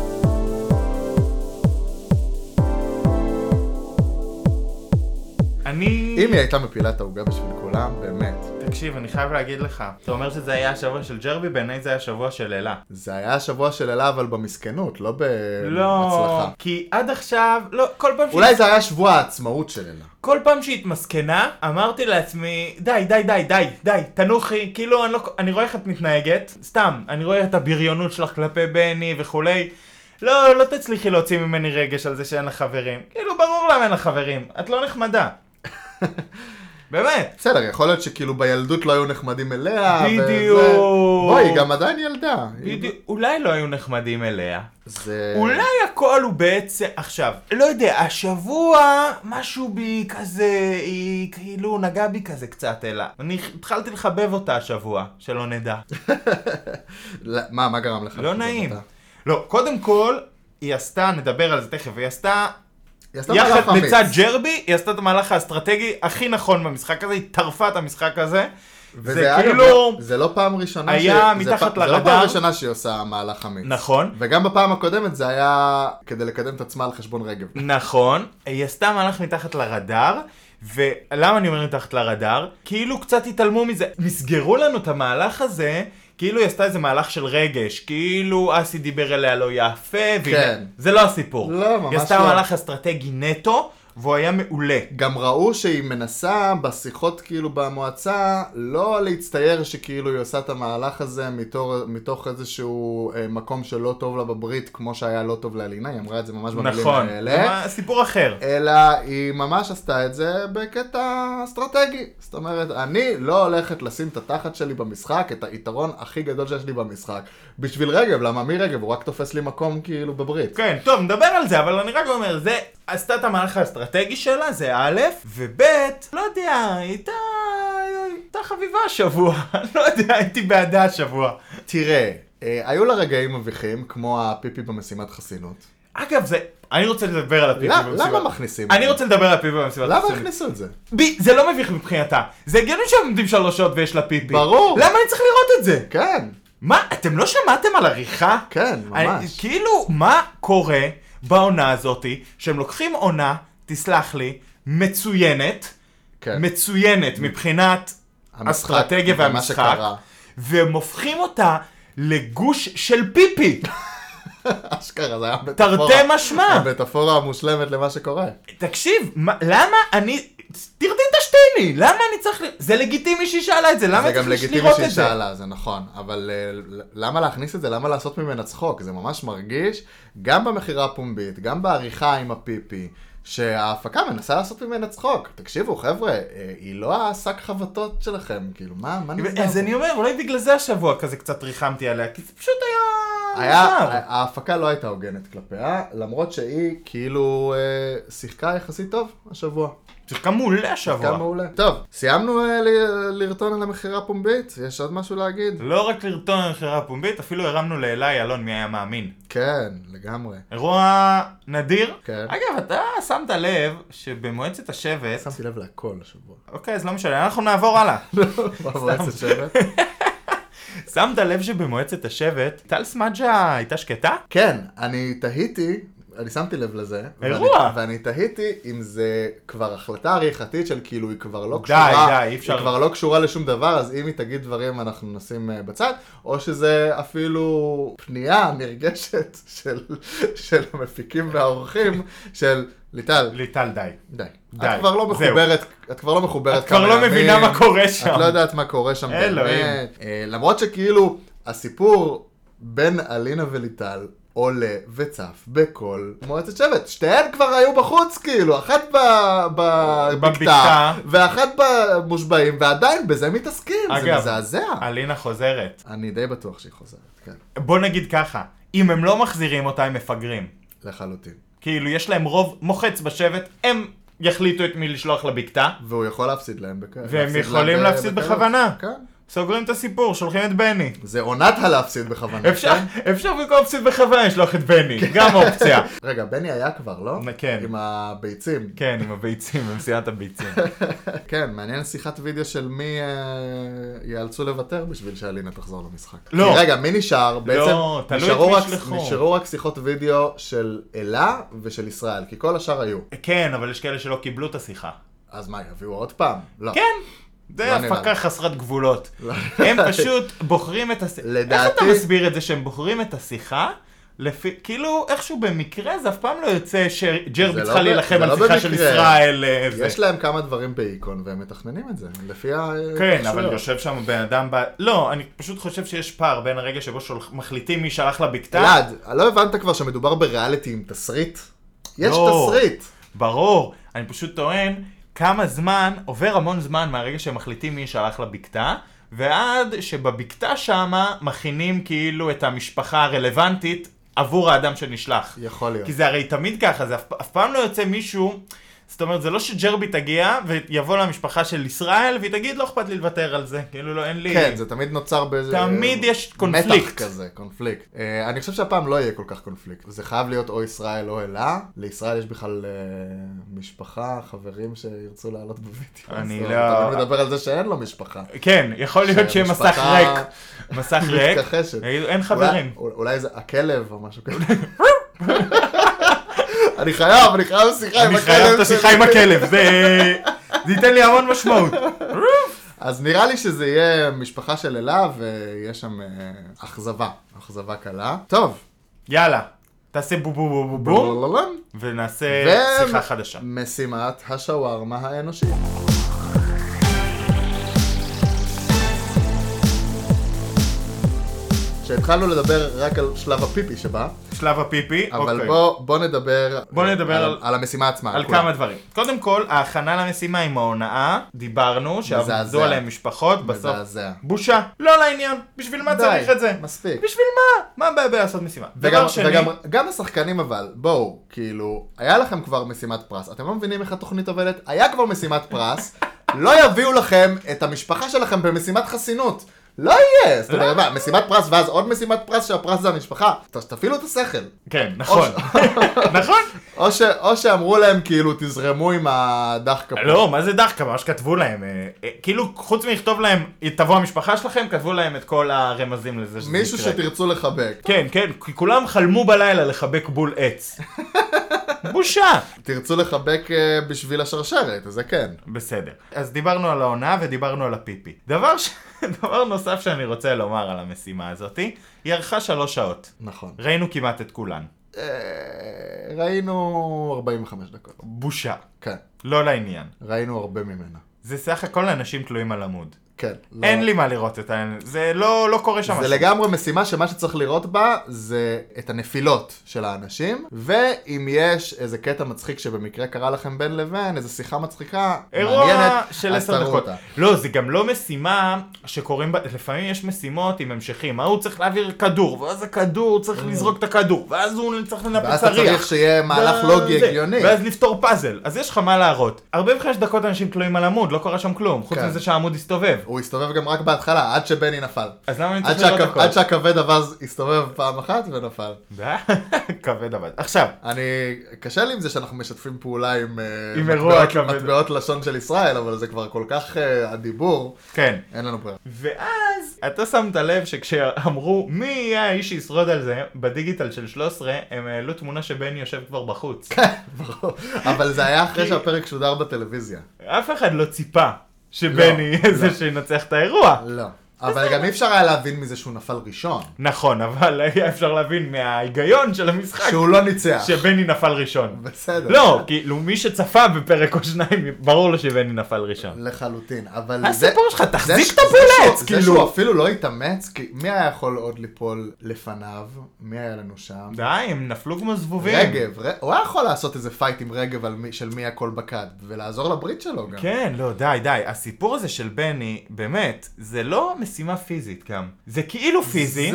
Speaker 3: אני...
Speaker 2: אם היא הייתה מפילה את העוגה בשביל כולם, באמת.
Speaker 3: תקשיב, אני חייב להגיד לך, אתה אומר שזה היה השבוע של ג'רבי, בעיניי זה היה השבוע של אלה.
Speaker 2: זה היה השבוע של אלה אבל במסכנות, לא בהצלחה.
Speaker 3: לא, כי עד עכשיו, לא, כל פעם שהיא
Speaker 2: אולי זה היה שבוע העצמאות של אלה.
Speaker 3: כל פעם שהיא התמסכנה, אמרתי לעצמי, די, די, די, די, די, תנוחי, כאילו, אני, לא, אני רואה איך את מתנהגת, סתם, אני רואה את הבריונות שלך כלפי בני וכולי. לא, לא תצליחי להוציא ממני רגש על זה שאין לך חברים. כאילו, ברור למה אין לך חברים, את לא נחמדה. באמת.
Speaker 2: בסדר, יכול להיות שכאילו בילדות לא היו נחמדים אליה.
Speaker 3: בדיוק.
Speaker 2: וזה- בואי, היא גם עדיין ילדה. היא-
Speaker 3: בדיוק, אולי לא היו נחמדים אליה.
Speaker 2: זה...
Speaker 3: אולי הכל הוא בעצם, עכשיו, לא יודע, השבוע משהו בי כזה, היא כאילו נגעה בי כזה קצת אלה. אני התחלתי לחבב אותה השבוע, שלא נדע.
Speaker 2: לא, מה, מה גרם לך?
Speaker 3: לא נעים.
Speaker 2: אותה?
Speaker 3: לא, קודם כל, היא עשתה, נדבר על זה תכף, היא עשתה,
Speaker 2: היא עשתה מהלך
Speaker 3: יחד
Speaker 2: אמיץ.
Speaker 3: לצד ג'רבי, היא עשתה את המהלך האסטרטגי הכי נכון במשחק הזה, היא טרפה את המשחק הזה. זה
Speaker 2: וזה, אגב,
Speaker 3: כאילו...
Speaker 2: זה לא פעם ראשונה
Speaker 3: היה
Speaker 2: זה
Speaker 3: מתחת
Speaker 2: פ- זה לא
Speaker 3: לרדאר.
Speaker 2: פעם ראשונה שהיא עושה מהלך אמיץ.
Speaker 3: נכון.
Speaker 2: וגם בפעם הקודמת זה היה כדי לקדם את עצמה על חשבון רגב.
Speaker 3: נכון, היא עשתה מהלך מתחת לרדאר, ולמה אני אומר מתחת לרדאר? כאילו קצת התעלמו מזה. מסגרו לנו את המהלך הזה, כאילו היא עשתה איזה מהלך של רגש. כאילו אסי דיבר אליה לא יפה, והיא-
Speaker 2: כן.
Speaker 3: זה לא הסיפור.
Speaker 2: לא, ממש
Speaker 3: היא עשתה
Speaker 2: לא.
Speaker 3: מהלך אסטרטגי נטו, והוא היה מעולה.
Speaker 2: גם ראו שהיא מנסה בשיחות כאילו במועצה לא להצטייר שכאילו היא עושה את המהלך הזה מתוך, מתוך איזשהו אה, מקום שלא טוב לה בברית כמו שהיה לא טוב לאלינה, היא אמרה את זה ממש במילים
Speaker 3: נכון,
Speaker 2: האלה.
Speaker 3: זה סיפור אחר.
Speaker 2: אלא היא ממש עשתה את זה בקטע אסטרטגי. זאת אומרת, אני לא הולכת לשים את התחת שלי במשחק, את היתרון הכי גדול שיש לי במשחק, בשביל רגב, למה מרגב הוא רק תופס לי מקום כאילו בברית.
Speaker 3: כן, טוב, נדבר על זה, אבל אני רק אומר, זה עשתה את המהלך האסטרטגי שלה, זה א', וב', לא יודע, היא הייתה... היא הייתה חביבה השבוע, *laughs* לא יודע, הייתי בעדה השבוע.
Speaker 2: תראה, אה, היו לה רגעים מביכים, כמו הפיפי במשימת חסינות.
Speaker 3: אגב, זה... אני רוצה לדבר על הפיפי
Speaker 2: למה-
Speaker 3: במסיבת-
Speaker 2: למה מכניסים?
Speaker 3: אני
Speaker 2: את זה?
Speaker 3: רוצה לדבר על הפיפי במסיבת
Speaker 2: למה
Speaker 3: החיסונים.
Speaker 2: הכניסו את זה?
Speaker 3: בי, זה לא מביך מבחינתה. זה הגיוני שהם עומדים שלוש שעות ויש לה פיפי.
Speaker 2: ברור.
Speaker 3: למה אני צריך לראות את זה?
Speaker 2: כן,
Speaker 3: מה, אתם לא שמעתם על עריכה?
Speaker 2: כן,
Speaker 3: אני,
Speaker 2: ממש.
Speaker 3: כאילו, מה קורה בעונה הזאתי, שהם לוקחים עונה, תסלח לי, מצוינת,
Speaker 2: כן.
Speaker 3: מצוינת מבחינת
Speaker 2: המשחק,
Speaker 3: אסטרטגיה
Speaker 2: ומה
Speaker 3: והמשחק,
Speaker 2: שקרה. *laughs*
Speaker 3: והם הופכים אותה לגוש
Speaker 2: *laughs*
Speaker 3: של פיפי,
Speaker 2: נכון. אשכרה, זה היה מטאפורה.
Speaker 3: תרתי משמע.
Speaker 2: המטאפורה המושלמת למה שקורה.
Speaker 3: תקשיב, מה- למה אני... תרדי את השטייני, למה אני צריך... ל- זה לגיטימי שהיא שאלה את זה, למה
Speaker 2: זה
Speaker 3: אני
Speaker 2: גם
Speaker 3: צריך
Speaker 2: לגיטימי
Speaker 3: לראות
Speaker 2: שהיא
Speaker 3: את זה?
Speaker 2: שאלה, זה נכון, אבל אה, ל- למה להכניס את זה? למה לעשות ממנה צחוק? זה ממש מרגיש, גם במכירה הפומבית, גם בעריכה עם הפיפי, שההפקה מנסה לעשות ממנה צחוק. תקשיבו, חבר'ה, אה, היא לא השק חבטות שלכם, כאילו, מה, מה נסגר?
Speaker 3: אז
Speaker 2: פה?
Speaker 3: אני אומר, אולי בגלל זה השבוע כזה קצת ריחמתי עליה, כי זה פשוט היה...
Speaker 2: היה,
Speaker 3: מוזר.
Speaker 2: ההפקה לא הייתה הוגנת כלפיה, למרות שהיא כאילו אה, שיחקה יחסית טוב השבוע.
Speaker 3: שיחקה מעולה
Speaker 2: שיחקה
Speaker 3: השבוע.
Speaker 2: מעולה. טוב, סיימנו אה, ל- לרטון על המכירה הפומבית? יש עוד משהו להגיד?
Speaker 3: לא רק לרטון על מכירה פומבית, אפילו הרמנו לאלי אלון מי היה מאמין.
Speaker 2: כן, לגמרי.
Speaker 3: אירוע נדיר.
Speaker 2: כן.
Speaker 3: אגב, אתה שמת לב שבמועצת השבט...
Speaker 2: שמתי לב להכל השבוע.
Speaker 3: אוקיי, אז לא משנה, אנחנו נעבור הלאה.
Speaker 2: *laughs* מועצת שבט.
Speaker 3: שמת לב שבמועצת השבט, טל סמדג'ה הייתה שקטה?
Speaker 2: כן, אני תהיתי, אני שמתי לב לזה. ואני-
Speaker 3: אירוע.
Speaker 2: ואני תהיתי אם זה כבר החלטה עריכתית של כאילו היא כבר לא
Speaker 3: די,
Speaker 2: קשורה.
Speaker 3: די, אי אפשר.
Speaker 2: היא כבר לא קשורה לשום דבר, אז אם היא תגיד דברים אנחנו נשים אה, בצד, או שזה אפילו פנייה נרגשת *laughs* של, של המפיקים והאורחים של ליטל,
Speaker 3: ליטל די.
Speaker 2: די.
Speaker 3: די,
Speaker 2: את כבר לא
Speaker 3: זהו.
Speaker 2: מחוברת, את כבר לא מחוברת
Speaker 3: את כבר
Speaker 2: כמה
Speaker 3: לא
Speaker 2: ימים.
Speaker 3: מבינה מה קורה שם.
Speaker 2: את לא יודעת מה קורה שם
Speaker 3: אלוהים.
Speaker 2: באמת. אה, למרות שכאילו, הסיפור בין אלינה וליטל עולה וצף בכל מועצת שבט. שתיהן כבר היו בחוץ, כאילו, אחת ב- בבקתה,
Speaker 3: בבקתה.
Speaker 2: ואחת במושבעים, ועדיין בזה מתעסקים, זה
Speaker 3: אגב,
Speaker 2: מזעזע.
Speaker 3: אלינה חוזרת.
Speaker 2: אני די בטוח שהיא חוזרת, כן,
Speaker 3: בוא נגיד ככה, אם הם לא מחזירים אותה, הם מפגרים.
Speaker 2: לחלוטין.
Speaker 3: כאילו, יש להם רוב מוחץ בשבט, הם יחליטו את מי לשלוח לבקתה,
Speaker 2: והוא יכול להפסיד להם בכ- להפסיד
Speaker 3: והם
Speaker 2: להם
Speaker 3: יכולים
Speaker 2: ב-
Speaker 3: להפסיד
Speaker 2: בקלות.
Speaker 3: בכוונה.
Speaker 2: כן.
Speaker 3: סוגרים את הסיפור, שולחים את בני.
Speaker 2: זה עונת הלהפסיד בכוונה.
Speaker 3: אפשר,
Speaker 2: כן?
Speaker 3: אפשר במקום פסיד בכוונה לשלוח את בני, גם אופציה.
Speaker 2: *laughs* רגע, בני היה כבר, לא?
Speaker 3: כן.
Speaker 2: עם הביצים.
Speaker 3: כן, עם הביצים, במסיעת הביצים.
Speaker 2: *laughs* כן, מעניין שיחת וידאו של מי אה, יאלצו לוותר בשביל שאלינה תחזור למשחק.
Speaker 3: לא.
Speaker 2: כי רגע, מי נשאר? בעצם
Speaker 3: תלוי
Speaker 2: נשארו,
Speaker 3: את
Speaker 2: רק,
Speaker 3: מי ישלחו.
Speaker 2: נשארו רק שיחות וידאו של אלה ושל ישראל, כי כל השאר היו.
Speaker 3: כן, אבל יש כאלה שלא קיבלו את השיחה.
Speaker 2: אז מה, יביאו עוד פעם? לא.
Speaker 3: כן, זה
Speaker 2: לא נראה
Speaker 3: הפקה
Speaker 2: לי.
Speaker 3: חסרת גבולות.
Speaker 2: לא.
Speaker 3: הם פשוט בוחרים את השיחה.
Speaker 2: לדעתי-
Speaker 3: איך אתה מסביר את זה שהם בוחרים את השיחה? לפי, כאילו, איכשהו במקרה זה אף פעם לא יוצא
Speaker 2: זה
Speaker 3: שג'רבי
Speaker 2: לא
Speaker 3: צריכה
Speaker 2: ב-
Speaker 3: להילחם
Speaker 2: זה
Speaker 3: על
Speaker 2: לא
Speaker 3: שיחה של
Speaker 2: במקרה.
Speaker 3: ישראל. אה, זה.
Speaker 2: יש להם כמה דברים באיקון והם מתכננים את זה, לפי ה...
Speaker 3: כן, אבל
Speaker 2: התקשרויות.
Speaker 3: יושב שם בן אדם ב... לא, אני פשוט חושב שיש פער בין הרגע שבו שולח- מחליטים מי שלח לבקתה.
Speaker 2: אלעד, לא הבנת כבר שמדובר בריאליטי עם תסריט? יש
Speaker 3: לא.
Speaker 2: תסריט.
Speaker 3: ברור, אני פשוט טוען כמה זמן, עובר המון זמן מהרגע שהם מחליטים מי שלח לבקתה, ועד שבבקתה שמה מכינים כאילו את המשפחה הרלוונטית עבור האדם שנשלח.
Speaker 2: יכול להיות.
Speaker 3: כי זה הרי תמיד ככה, זה אף, אף פעם לא יוצא מישהו, זאת אומרת, זה לא שג'רבי תגיע ויבוא למשפחה של ישראל והיא תגיד, לא אכפת לי לוותר על זה, כאילו לא, אין לי...
Speaker 2: כן, זה תמיד נוצר באיזה...
Speaker 3: תמיד יש קונפליקט.
Speaker 2: מתח כזה, קונפליקט. אה, אני חושב שהפעם לא יהיה כל כך קונפליקט. זה חייב להיות או ישראל או אלה. לישראל יש בכלל אה, משפחה, חברים שירצו לעלות בווידאו.
Speaker 3: אני
Speaker 2: אז
Speaker 3: לא-
Speaker 2: אתה מדבר על זה שאין לו משפחה.
Speaker 3: כן, יכול להיות שיהיה מסך
Speaker 2: שהמשפחה
Speaker 3: ריק.
Speaker 2: *laughs*
Speaker 3: מסך ריק.
Speaker 2: מתכחשת.
Speaker 3: יגידו, אין אה, חברים.
Speaker 2: אולי, אולי זה הכלב או משהו כזה. *laughs* אני חייב, אני חייב שיחה עם
Speaker 3: אני
Speaker 2: הכלב.
Speaker 3: חייב את השיחה
Speaker 2: שלי.
Speaker 3: עם הכלב, זה... זה ייתן לי המון משמעות.
Speaker 2: אז נראה לי שזה יהיה משפחה של אלה, ויהיה שם אה, אכזבה, אכזבה קלה. טוב.
Speaker 3: יאללה, תעשה בו בו בו בו בו,
Speaker 2: בלולולולום.
Speaker 3: ונעשה
Speaker 2: ו-
Speaker 3: שיחה חדשה.
Speaker 2: משימת השווארמה האנושית. שהתחלנו לדבר רק על שלב הפיפי שבה,
Speaker 3: שלב הפיפי,
Speaker 2: אבל
Speaker 3: אוקיי.
Speaker 2: בוא, בוא נדבר,
Speaker 3: בוא נדבר
Speaker 2: על,
Speaker 3: על-
Speaker 2: על המשימה עצמה.
Speaker 3: על
Speaker 2: כולם.
Speaker 3: כמה דברים. קודם כל, ההכנה למשימה עם ההונאה, דיברנו, שעבדו
Speaker 2: מזעזע.
Speaker 3: עליהם משפחות, בסוף
Speaker 2: מזעזע.
Speaker 3: בושה, לא לעניין, בשביל מה
Speaker 2: די,
Speaker 3: צריך את זה?
Speaker 2: מספיק.
Speaker 3: בשביל מה? מה הבעיה בלעשות משימה?
Speaker 2: וגם,
Speaker 3: דבר שני,
Speaker 2: וגם גם השחקנים אבל, בואו, כאילו, היה לכם כבר משימת פרס, אתם לא מבינים איך התוכנית עובדת? היה כבר משימת
Speaker 3: *laughs*
Speaker 2: פרס, לא יביאו לכם את המשפחה שלכם במשימת חסינות. לא יהיה! זאת אומרת,
Speaker 3: אה?
Speaker 2: מה, משימת פרס ואז עוד משימת פרס שהפרס זה המשפחה? ת- תפעילו את השכל.
Speaker 3: כן,
Speaker 2: *laughs*
Speaker 3: נכון. נכון?
Speaker 2: או, ש, או שאמרו להם, כאילו, תזרמו עם הדחקה. פה.
Speaker 3: לא, מה זה דחקה? ממש כתבו להם. אה, אה, כאילו, חוץ מלכתוב להם, תבוא המשפחה שלכם, כתבו להם את כל הרמזים לזה שזה
Speaker 2: מישהו
Speaker 3: יקרה.
Speaker 2: שתרצו לחבק.
Speaker 3: כן, כן, כי כולם חלמו בלילה לחבק בול
Speaker 2: *laughs*
Speaker 3: עץ. בושה!
Speaker 2: תרצו לחבק אה, בשביל השרשרת, זה כן.
Speaker 3: בסדר. אז דיברנו על ההונאה ודיברנו על הפיפי. דבר, ש... *laughs* דבר נוסף שאני רוצה לומר על המשימה הזאתי, היא ארכה שלוש שעות.
Speaker 2: נכון.
Speaker 3: ראינו כמעט את כולן.
Speaker 2: אה, ראינו 45 דקות.
Speaker 3: בושה.
Speaker 2: כן,
Speaker 3: לא לעניין.
Speaker 2: ראינו הרבה ממנה.
Speaker 3: זה סך הכל אנשים תלויים על עמוד.
Speaker 2: כן.
Speaker 3: לא.
Speaker 2: לא-
Speaker 3: אין לי מה לראות את ה... זה לא, לא קורה שם
Speaker 2: זה לגמרי משימה שמה שצריך לראות בה זה את הנפילות של האנשים, ואם יש איזה קטע מצחיק שבמקרה קרה לכם בין לבין, איזה שיחה מצחיקה,
Speaker 3: אירוע
Speaker 2: מעניינת,
Speaker 3: של
Speaker 2: אז
Speaker 3: עשר
Speaker 2: תראו
Speaker 3: דקות.
Speaker 2: אותה.
Speaker 3: לא, זה גם לא משימה שקוראים בה, לפעמים יש משימות עם המשכים. ההוא צריך להעביר כדור, ואז הכדור צריך לזרוק את הכדור, ואז הוא
Speaker 2: Mm.
Speaker 3: צריך
Speaker 2: ואז
Speaker 3: לנפץ
Speaker 2: אתה
Speaker 3: הריח.
Speaker 2: צריך שיהיה מהלך
Speaker 3: ואז
Speaker 2: לוגי
Speaker 3: זה,
Speaker 2: הגיוני.
Speaker 3: ואז לפתור פאזל, אז יש לך מה להראות. 45 דקות אנשים תלויים על עמוד, לא קרה שם כלום, חוץ
Speaker 2: כן.
Speaker 3: מזה שהעמוד הסתובב.
Speaker 2: הוא הסתובב גם רק בהתחלה, עד שבני נפל.
Speaker 3: אז למה אני
Speaker 2: עד
Speaker 3: צריך לראות
Speaker 2: שהכב-
Speaker 3: הכל?
Speaker 2: עד שהכבד אווז הסתובב פעם אחת ונפל.
Speaker 3: *laughs* כבד אבל. עכשיו,
Speaker 2: אני, קשה לי עם זה שאנחנו משתפים פעולה עם, אה,
Speaker 3: עם אירוע
Speaker 2: מטבעות-
Speaker 3: כבד.
Speaker 2: מטבעות לשון של ישראל, אבל זה כבר כל כך אה, הדיבור,
Speaker 3: כן.
Speaker 2: אין לנו ברירה.
Speaker 3: ואז אתה שמת לב שכשאמרו מי יהיה האיש שישרוד על זה, בדיגיטל של 13 הם העלו תמונה שבן יושב כבר בחוץ.
Speaker 2: ברור. אבל זה היה אחרי
Speaker 3: כי-
Speaker 2: שהפרק שודר בטלוויזיה.
Speaker 3: אף אחד לא ציפה שבן
Speaker 2: לא,
Speaker 3: יהיה זה שינצח את האירוע.
Speaker 2: לא. אבל גם אי אפשר היה להבין מזה שהוא נפל ראשון.
Speaker 3: נכון, אבל *laughs* היה אפשר להבין מההיגיון של המשחק
Speaker 2: שהוא לא ניצח.
Speaker 3: שבני נפל ראשון.
Speaker 2: בסדר.
Speaker 3: לא, כאילו מי שצפה בפרק או שניים, ברור לו שבני נפל ראשון.
Speaker 2: לחלוטין, אבל זה...
Speaker 3: הסיפור שלך,
Speaker 2: זה
Speaker 3: תחזיק
Speaker 2: ש-
Speaker 3: את
Speaker 2: זה שהוא-
Speaker 3: הבולט,
Speaker 2: זה שהוא
Speaker 3: כאילו.
Speaker 2: אפילו לא התאמץ, כי מי היה יכול עוד ליפול לפניו? מי היה לנו שם?
Speaker 3: די, הם נפלו כמו זבובים.
Speaker 2: רגב, ר- הוא היה יכול לעשות איזה פייט עם רגב על מי- של מי הכל בקד, ולעזור לברית שלו גם.
Speaker 3: כן, לא, די, די. הסיפור הזה של בני, באמת, זה לא משימה פיזית גם. זה כאילו פיזי,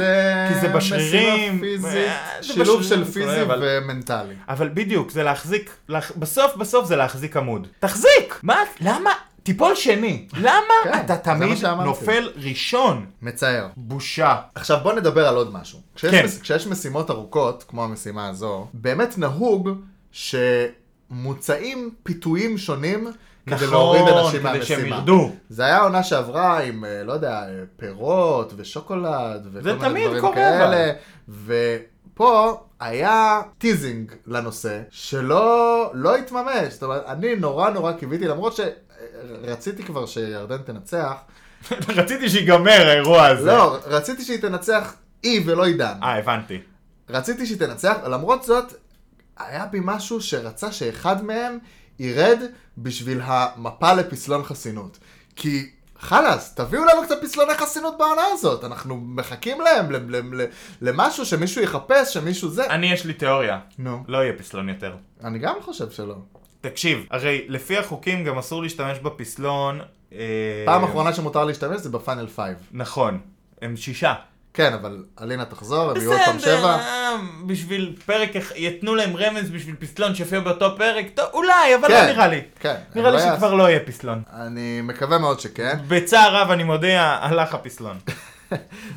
Speaker 3: כי זה בשרירים.
Speaker 2: משימה פיזית,
Speaker 3: אה, זה
Speaker 2: שילוב
Speaker 3: בשרירים,
Speaker 2: של פיזי
Speaker 3: אבל-
Speaker 2: ומנטלי.
Speaker 3: אבל בדיוק, זה להחזיק, להח- בסוף בסוף זה להחזיק עמוד. תחזיק! מה, למה? תיפול שני.
Speaker 2: כן,
Speaker 3: למה
Speaker 2: זה
Speaker 3: אתה
Speaker 2: מה
Speaker 3: תמיד
Speaker 2: שאמרתי.
Speaker 3: נופל ראשון?
Speaker 2: מצער.
Speaker 3: בושה.
Speaker 2: עכשיו בוא נדבר על עוד משהו. כשיש,
Speaker 3: כן.
Speaker 2: מש... כשיש משימות ארוכות, כמו המשימה הזו, באמת נהוג שמוצעים פיתויים שונים כדי להוריד אנשים
Speaker 3: נכון, כדי שהם
Speaker 2: מהמשימה.
Speaker 3: ירדו. *laughs*
Speaker 2: זה היה העונה שעברה עם, אה, לא יודע, אה, פירות ושוקולד וכל
Speaker 3: זה
Speaker 2: מיני
Speaker 3: תמיד
Speaker 2: דברים
Speaker 3: קורה,
Speaker 2: כאלה. ופה היה טיזינג לנושא שלא לא התממש. זאת אומרת, אני נורא נורא קיוויתי, למרות שרציתי כבר שירדן תנצח.
Speaker 3: רציתי שיגמר האירוע הזה.
Speaker 2: לא, רציתי שהיא תנצח היא ולא עידן.
Speaker 3: אה, הבנתי.
Speaker 2: רציתי שהיא תנצח, למרות זאת, היה בי משהו שרצה שאחד מהם ירד בשביל המפה לפסלון חסינות. כי חלאס, תביאו לנו קצת פסלוני חסינות בעונה הזאת, אנחנו מחכים להם, ל- ל- ל- למשהו שמישהו יחפש, שמישהו זה.
Speaker 3: אני, יש לי תיאוריה.
Speaker 2: נו,
Speaker 3: לא יהיה פסלון יותר.
Speaker 2: אני גם חושב שלא.
Speaker 3: תקשיב, הרי לפי החוקים גם אסור להשתמש בפסלון. אה,
Speaker 2: פעם אחרונה שמותר להשתמש זה בפאנל פייב.
Speaker 3: נכון, הם שישה.
Speaker 2: כן, אבל אלינה תחזור, הם יהיו עוד פעם שבע.
Speaker 3: אה, בשביל פרק, אח- יתנו להם רמז בשביל פסלון שיופיע באותו פרק, טוב, אולי, אבל
Speaker 2: כן,
Speaker 3: לא נראה לי.
Speaker 2: כן,
Speaker 3: נראה
Speaker 2: הם
Speaker 3: לי
Speaker 2: לא
Speaker 3: שכבר לא יהיה פסלון.
Speaker 2: אני מקווה מאוד שכן.
Speaker 3: בצער רב אני מודיע, הלך הפסלון.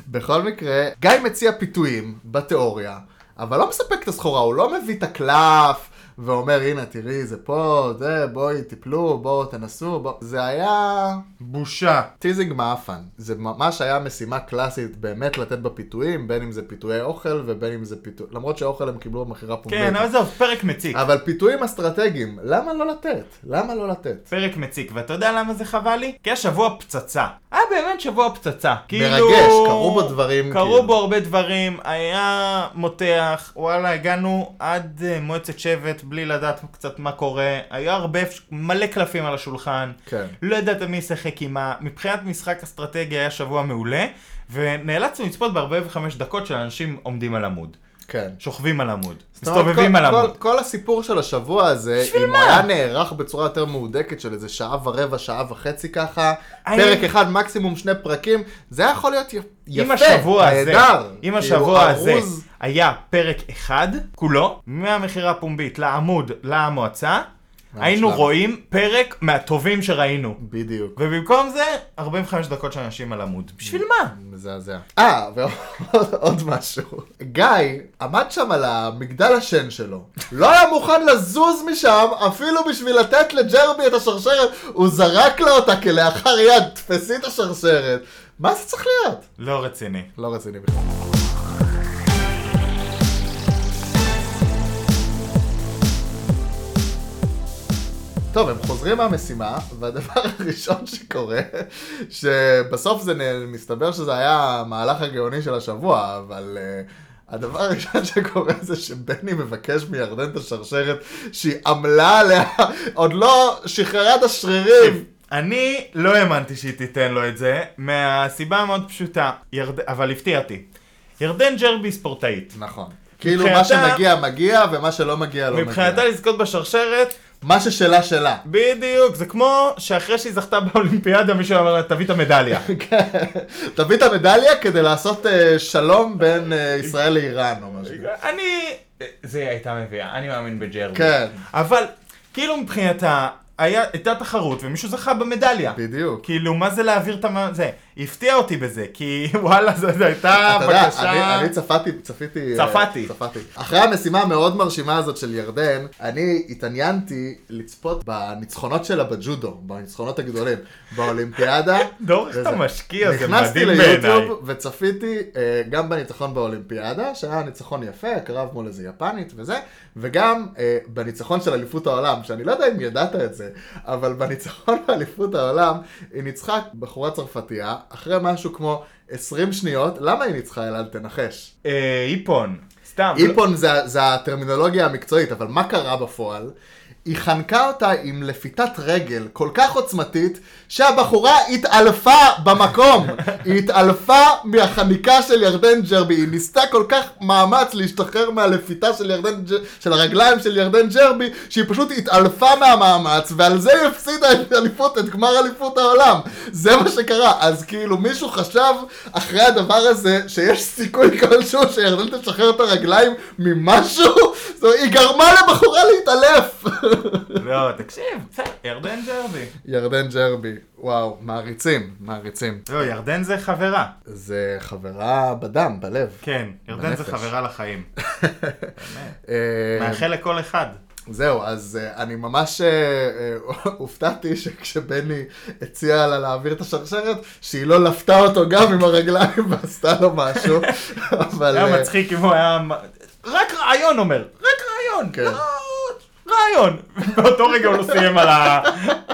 Speaker 2: בכל מקרה, גיא מציע פיתויים בתיאוריה, אבל לא מספק את הסחורה, הוא לא מביא את הקלף, ואומר, הנה, תראי, זה פה, זה, בואי, תיפלו, בואו, תנסו, בואו. זה היה...
Speaker 3: בושה.
Speaker 2: טיזינג מאפן. זה ממש היה משימה קלאסית באמת לתת בה פיתויים, בין אם זה פיתויי אוכל ובין אם זה פיתוי... למרות שאוכל הם קיבלו במכירה פומבית.
Speaker 3: כן, אבל זהו, פרק מציק.
Speaker 2: אבל פיתויים אסטרטגיים, למה לא לתת? למה לא לתת?
Speaker 3: פרק מציק, ואתה יודע למה זה חבל לי? כי היה שבוע פצצה. היה באמת שבוע פצצה. כאילו...
Speaker 2: מרגש, קרו בו דברים, כאילו.
Speaker 3: קרו בו הרבה דברים, היה מותח, וואלה, הגענו עד אה, מועצת שבט בלי לדעת קצת מה קורה, היה הרבה, אפש- מלא קלפים על השולחן.
Speaker 2: כן.
Speaker 3: לא ידעת מי ישחק עם מה, מבחינת משחק אסטרטגיה היה שבוע מעולה, ונאלצנו לצפות ב-45 דקות של אנשים עומדים על עמוד,
Speaker 2: כן.
Speaker 3: שוכבים על עמוד,
Speaker 2: זאת אומרת,
Speaker 3: מסתובבים
Speaker 2: כל-
Speaker 3: על עמוד.
Speaker 2: כל- כל הסיפור של השבוע הזה,
Speaker 3: בשביל
Speaker 2: אם הוא
Speaker 3: מה?
Speaker 2: היה נערך בצורה יותר מהודקת של איזה שעה ורבע, שעה וחצי ככה,
Speaker 3: אני-
Speaker 2: פרק אחד, מקסימום שני פרקים, זה היה יכול להיות י-
Speaker 3: אם
Speaker 2: יפה,
Speaker 3: השבוע הזה,
Speaker 2: נהדר.
Speaker 3: אם
Speaker 2: כאילו,
Speaker 3: השבוע הזה
Speaker 2: ארוז.
Speaker 3: היה פרק אחד כולו, מהמכירה הפומבית לעמוד למועצה,
Speaker 2: ממש
Speaker 3: היינו
Speaker 2: למה.
Speaker 3: רואים פרק מהטובים שראינו.
Speaker 2: בדיוק.
Speaker 3: ובמקום זה, 45 דקות של אנשים על עמוד. בשביל מה?
Speaker 2: מזעזע. אה, ועוד *laughs* משהו. גיא עמד שם על המגדל השן שלו. לא היה מוכן לזוז משם, אפילו בשביל לתת לג'רבי את השרשרת, הוא זרק לה אותה כלאחר יד, תפסי את השרשרת. מה זה צריך להיות?
Speaker 3: לא רציני.
Speaker 2: לא רציני בכלל. טוב, הם חוזרים מהמשימה, והדבר *laughs* הראשון שקורה, שבסוף זה נ- מסתבר שזה היה המהלך הגאוני של השבוע, אבל uh, הדבר הראשון *laughs* שקורה זה שבני מבקש מירדן את השרשרת שהיא עמלה עליה, *laughs* עוד לא שחררה את השרירים.
Speaker 3: אני לא האמנתי שהיא תיתן לו את זה, מהסיבה המאוד פשוטה, ירד... אבל הפתיעתי. ירדן ג'רבי ספורטאית.
Speaker 2: נכון. כאילו מה
Speaker 3: כן. מבחינתה-
Speaker 2: שמגיע מגיע, ומה שלא מגיע לא מגיע.
Speaker 3: מבחינתה לזכות בשרשרת,
Speaker 2: מה ששלה שלה.
Speaker 3: בדיוק, זה כמו שאחרי שהיא זכתה באולימפיאדה מישהו אמר לה תביא את המדליה.
Speaker 2: כן. תביא את המדליה כדי לעשות אה, שלום בין אה, ישראל לאיראן או משהו.
Speaker 3: אני... זה היא הייתה מביאה, אני מאמין בג'רבי.
Speaker 2: כן.
Speaker 3: אבל, כאילו מבחינתה, היה, הייתה תחרות ומישהו זכה במדליה.
Speaker 2: בדיוק.
Speaker 3: כאילו, מה זה להעביר את המ... זה, היא הפתיעה אותי בזה, כי *laughs* וואלה, זו זו הייתה
Speaker 2: אתה יודע,
Speaker 3: בקשה...
Speaker 2: אני- אני צפיתי, צפיתי, אה,
Speaker 3: אה, צפתי.
Speaker 2: צפתי. אחרי המשימה המאוד מרשימה הזאת של ירדן, אני התעניינתי לצפות בניצחונות שלה בג'ודו, בניצחונות הגדולים, באולימפיאדה.
Speaker 3: דור, איך אתה
Speaker 2: וזה-
Speaker 3: משקיע, זה
Speaker 2: נכנסתי
Speaker 3: מדהים בעיניי.
Speaker 2: ליוטיוב וצפיתי אה, גם בניצחון באולימפיאדה, שהיה ניצחון יפה, קרב מול איזה יפנית וזה, וגם אה, בניצחון של אליפות העולם, שאני לא יודע אם ידעת את זה, אבל בניצחון *laughs* באליפות העולם, היא ניצחה בחורה צרפתייה, אחרי משהו כמו 20 שניות, למה היא ניצחה אלעד? תנחש.
Speaker 3: אה, איפון, סתם. לא-
Speaker 2: איפון זה, זה הטרמינולוגיה המקצועית, אבל מה קרה בפועל? היא חנקה אותה עם לפיתת רגל כל כך עוצמתית, שהבחורה התעלפה במקום. היא התעלפה מהחניקה של ירדן ג'רבי. היא ניסתה כל כך מאמץ להשתחרר מהלפיתה של ירדן, ג'- של הרגליים של ירדן ג'רבי, שהיא פשוט התעלפה מהמאמץ, ועל זה היא הפסידה את אליפות, את גמר אליפות העולם. זה מה שקרה. אז כאילו מישהו חשב אחרי הדבר הזה, שיש סיכוי כלשהו שירדן תשחרר את הרגליים ממשהו? זו, היא גרמה לבחורה להתעלף.
Speaker 3: לא, תקשיב, בסדר, ירדן ג'רבי.
Speaker 2: ירדן ג'רבי, וואו, מעריצים, מעריצים.
Speaker 3: לא, ירדן זה חברה.
Speaker 2: זה חברה בדם, בלב.
Speaker 3: כן, ירדן זה
Speaker 2: בנפש. כן.
Speaker 3: חברה לחיים.
Speaker 2: אה,
Speaker 3: מאחל לכל אחד.
Speaker 2: זהו, אז uh, אני ממש uh, uh, *laughs* הופתעתי שכשבני הציע לה להעביר את השרשרת, שהיא לא לפתה אותו גם עם הרגליים *laughs* ועשתה לו משהו, אבל...
Speaker 3: היה
Speaker 2: אה,
Speaker 3: מצחיק אם הוא היה... רק רעיון אומר, רק רעיון.
Speaker 2: כן.
Speaker 3: לא, רעיון. *laughs* באותו רגע הוא לא סיים על ה...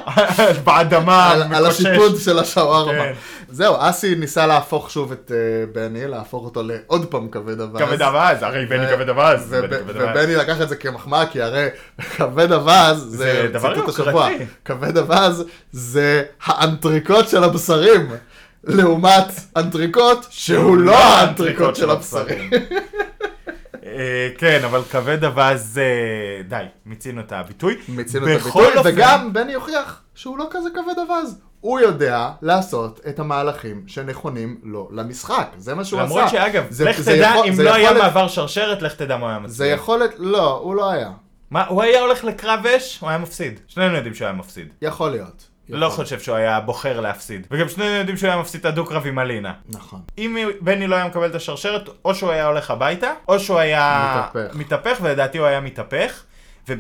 Speaker 3: *laughs* באדמה
Speaker 2: על, על
Speaker 3: המקושש.
Speaker 2: השיפוד של השווארמה.
Speaker 3: כן.
Speaker 2: זהו, אסי ניסה להפוך שוב את uh, בני, להפוך אותו לעוד פעם כבד אווז.
Speaker 3: כבד אווז, הרי בני
Speaker 2: ו-
Speaker 3: כבד אווז.
Speaker 2: וב-
Speaker 3: בני כבד אווז.
Speaker 2: ובני לקח את זה כמחמאה, כי הרי *laughs* כבד אווז זה
Speaker 3: זה דבר לא
Speaker 2: ציטוט השבוע.
Speaker 3: יוקרתי.
Speaker 2: כבד אווז זה האנטריקוט של הבשרים, לעומת אנטריקוט שהוא לא האנטריקוט של הבשרים.
Speaker 3: אה, כן, אבל כבד אווז, אה, די, מיצינו את הביטוי.
Speaker 2: מיצינו את
Speaker 3: בכל
Speaker 2: הביטוי,
Speaker 3: אופן-
Speaker 2: וגם בני הוכיח שהוא לא כזה כבד אווז. הוא יודע לעשות את המהלכים שנכונים לו למשחק, זה מה שהוא עשה.
Speaker 3: למרות שאגב,
Speaker 2: זה-
Speaker 3: לך
Speaker 2: זה
Speaker 3: תדע,
Speaker 2: יכול-
Speaker 3: אם
Speaker 2: זה
Speaker 3: לא היה
Speaker 2: יכולת-
Speaker 3: מעבר שרשרת, לך תדע מה הוא היה
Speaker 2: זה
Speaker 3: מצביע.
Speaker 2: יכולת, לא, הוא לא היה.
Speaker 3: מה, הוא היה הולך לקרב אש, הוא היה מפסיד. שנינו יודעים שהוא היה מפסיד.
Speaker 2: יכול להיות.
Speaker 3: לא חושב שהוא היה בוחר להפסיד. וגם שנינו יודעים שהוא היה מפסיד את הדו-קרב עם אלינה.
Speaker 2: נכון.
Speaker 3: אם בני לא היה מקבל את השרשרת, או שהוא היה הולך הביתה, או שהוא היה
Speaker 2: מתהפך.
Speaker 3: מתהפך ולדעתי הוא היה מתהפך.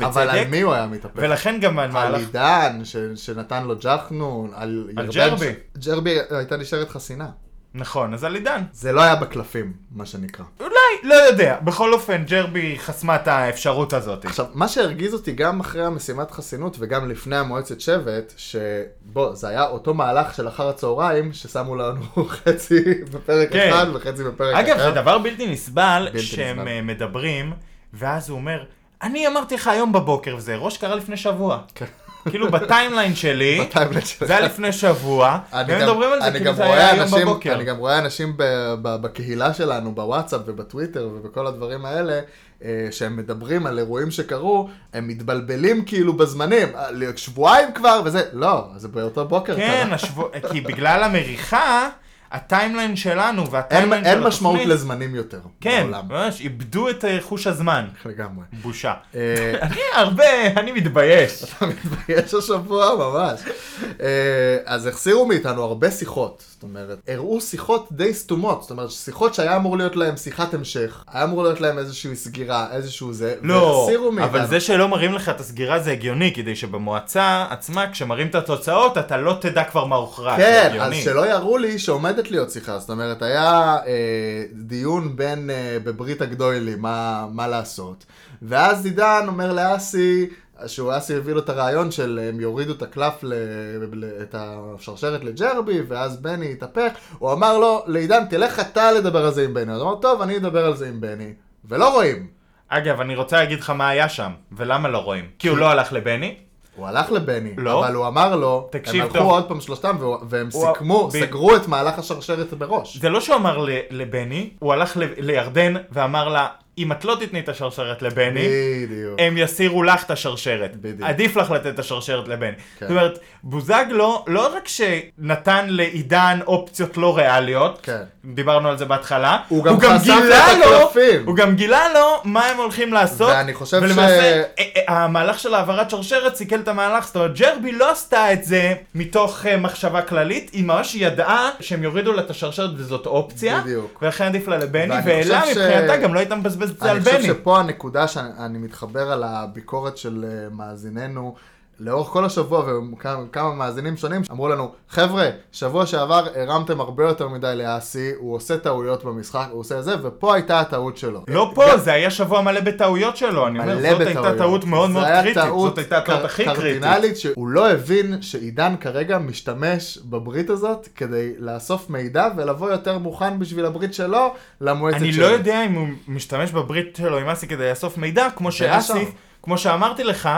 Speaker 2: אבל
Speaker 3: ובצדק,
Speaker 2: על מי הוא היה מתאפק?
Speaker 3: ולכן גם
Speaker 2: על
Speaker 3: המהלך...
Speaker 2: עידן, ש- שנתן לו ג'חנון, על
Speaker 3: על
Speaker 2: ירדן
Speaker 3: ג'רבי.
Speaker 2: ש- ג'רבי אה, הייתה נשארת חסינה.
Speaker 3: נכון, אז על עידן.
Speaker 2: זה לא היה בקלפים, מה שנקרא.
Speaker 3: אולי, לא יודע. בכל אופן, ג'רבי חסמה את האפשרות הזאת.
Speaker 2: עכשיו, מה שהרגיז אותי גם אחרי המשימת חסינות וגם לפני המועצת שבט, שבוא, זה היה אותו מהלך של אחר הצהריים, ששמו לנו *laughs* חצי בפרק
Speaker 3: כן.
Speaker 2: אחד וחצי בפרק אחר.
Speaker 3: אגב, זה דבר בלתי נסבל
Speaker 2: בלתי
Speaker 3: שהם
Speaker 2: נסבל.
Speaker 3: אה, מדברים, ואז הוא אומר, אני אמרתי לך היום בבוקר, וזה ראש קרה לפני שבוע.
Speaker 2: כן.
Speaker 3: כאילו בטיימליין שלי,
Speaker 2: בטיימליין שלך.
Speaker 3: זה היה לפני שבוע,
Speaker 2: אני
Speaker 3: והם
Speaker 2: גם-
Speaker 3: מדברים על זה
Speaker 2: אני
Speaker 3: כאילו
Speaker 2: גם
Speaker 3: זה
Speaker 2: רואה
Speaker 3: היה היום
Speaker 2: אנשים-
Speaker 3: בבוקר.
Speaker 2: אני גם רואה אנשים ב- ב- בקהילה שלנו, בוואטסאפ ובטוויטר ובכל הדברים האלה, אה, שהם מדברים על אירועים שקרו, הם מתבלבלים כאילו בזמנים, אה, שבועיים כבר וזה, לא, זה באותו בוקר
Speaker 3: כן,
Speaker 2: קרה.
Speaker 3: השבוע- כי בגלל המריחה, הטיימליין שלנו
Speaker 2: אין-
Speaker 3: והטיימליין של
Speaker 2: אין משמעות
Speaker 3: התוכנית-
Speaker 2: לזמנים יותר
Speaker 3: כן,
Speaker 2: בעולם.
Speaker 3: ממש, איבדו את אה, חוש הזמן.
Speaker 2: *laughs* לגמרי.
Speaker 3: בושה.
Speaker 2: אה,
Speaker 3: אני הרבה, אני
Speaker 2: *laughs*
Speaker 3: מתבייש.
Speaker 2: אתה מתבייש השבוע ממש. אה, אז החסירו מאיתנו הרבה שיחות, זאת אומרת, הראו שיחות די סתומות, זאת אומרת, שיחות שהיה אמור להיות להם שיחת המשך, היה אמור להיות להם איזושהי סגירה, איזשהו זה,
Speaker 3: לא,
Speaker 2: והסירו מאיתנו.
Speaker 3: אבל זה שלא מראים לך את הסגירה זה הגיוני, כדי שבמועצה עצמה, כשמראים את התוצאות, אתה לא תדע כבר מה הוכרע. זה
Speaker 2: כן, אז
Speaker 3: הגיוני.
Speaker 2: שלא יראו לי שעומדת להיות שיחה, זאת אומרת, היה אה, דיון בין, אה, בברית הגדוילי, מה, מה לעשות, ואז עידן אומר לאסי, שהוא אסי הביא לו את הרעיון של הם יורידו את הקלף, ל, ל, את השרשרת לג'רבי, ואז בני התהפך, הוא אמר לו, לעידן, תלך אתה לדבר על זה עם בני, אז הוא אמר, טוב, אני אדבר על זה עם בני, ולא רואים,
Speaker 3: אגב, אני רוצה להגיד לך מה היה שם, ולמה לא רואים. כי הוא לא הלך לבני.
Speaker 2: הוא הלך לבני,
Speaker 3: לא.
Speaker 2: אבל הוא אמר לו,
Speaker 3: תקשיב
Speaker 2: הם הלכו
Speaker 3: טוב.
Speaker 2: עוד פעם שלושתם, והוא- והם
Speaker 3: הוא-
Speaker 2: סיכמו,
Speaker 3: ב-
Speaker 2: סגרו את מהלך השרשרת בראש.
Speaker 3: זה לא שהוא אמר ל- לבני, הוא הלך ל- לירדן ואמר לה, אם את לא תתני את השרשרת לבני,
Speaker 2: בדיוק.
Speaker 3: הם יסירו לך את השרשרת.
Speaker 2: בדיוק.
Speaker 3: עדיף לך לתת את השרשרת לבני.
Speaker 2: כן.
Speaker 3: זאת אומרת, בוזגלו לא רק שנתן לעידן אופציות לא ריאליות,
Speaker 2: כן.
Speaker 3: דיברנו על זה בהתחלה,
Speaker 2: הוא גם חשף את
Speaker 3: לו,
Speaker 2: הקלפים.
Speaker 3: הוא גם גילה לו מה הם הולכים לעשות,
Speaker 2: ואני חושב
Speaker 3: ולמעשה,
Speaker 2: ש-
Speaker 3: אה, אה, המהלך של העברת שרשרת סיכל את המהלך, זאת אומרת, ג'רבי לא עשתה את זה מתוך אה, מחשבה כללית, היא ממש ידעה שהם יורידו לה את השרשרת וזאת אופציה,
Speaker 2: בדיוק.
Speaker 3: ולכן עדיף לה לבני,
Speaker 2: ואני
Speaker 3: ואלה
Speaker 2: חושב ש-
Speaker 3: מבחינתה גם לא הייתה מבזבזת את זה על
Speaker 2: אני חושב
Speaker 3: בני.
Speaker 2: שפה הנקודה שאני מתחבר על הביקורת של אה, מאזיננו. לאורך כל השבוע, וכמה מאזינים שונים אמרו לנו, חבר'ה, שבוע שעבר הרמתם הרבה יותר מדי לאסי, הוא עושה טעויות במשחק, הוא עושה זה, ופה הייתה הטעות שלו.
Speaker 3: לא פה, זה היה שבוע מלא בטעויות שלו, אני אומר, זאת הייתה טעות מאוד
Speaker 2: זה
Speaker 3: מאוד
Speaker 2: היה
Speaker 3: קריטית,
Speaker 2: טעות
Speaker 3: זאת הייתה הטעות
Speaker 2: קר-
Speaker 3: הכי קריטית.
Speaker 2: קרדינלית, שהוא לא הבין שעידן כרגע משתמש בברית הזאת כדי לאסוף מידע ולבוא יותר מוכן בשביל הברית שלו למועצת
Speaker 3: אני
Speaker 2: שלו.
Speaker 3: לא יודע אם הוא משתמש בברית שלו עם אסי כדי לאסוף מידע, כמו שאסי,
Speaker 2: השאר.
Speaker 3: כמו שאמרתי לך,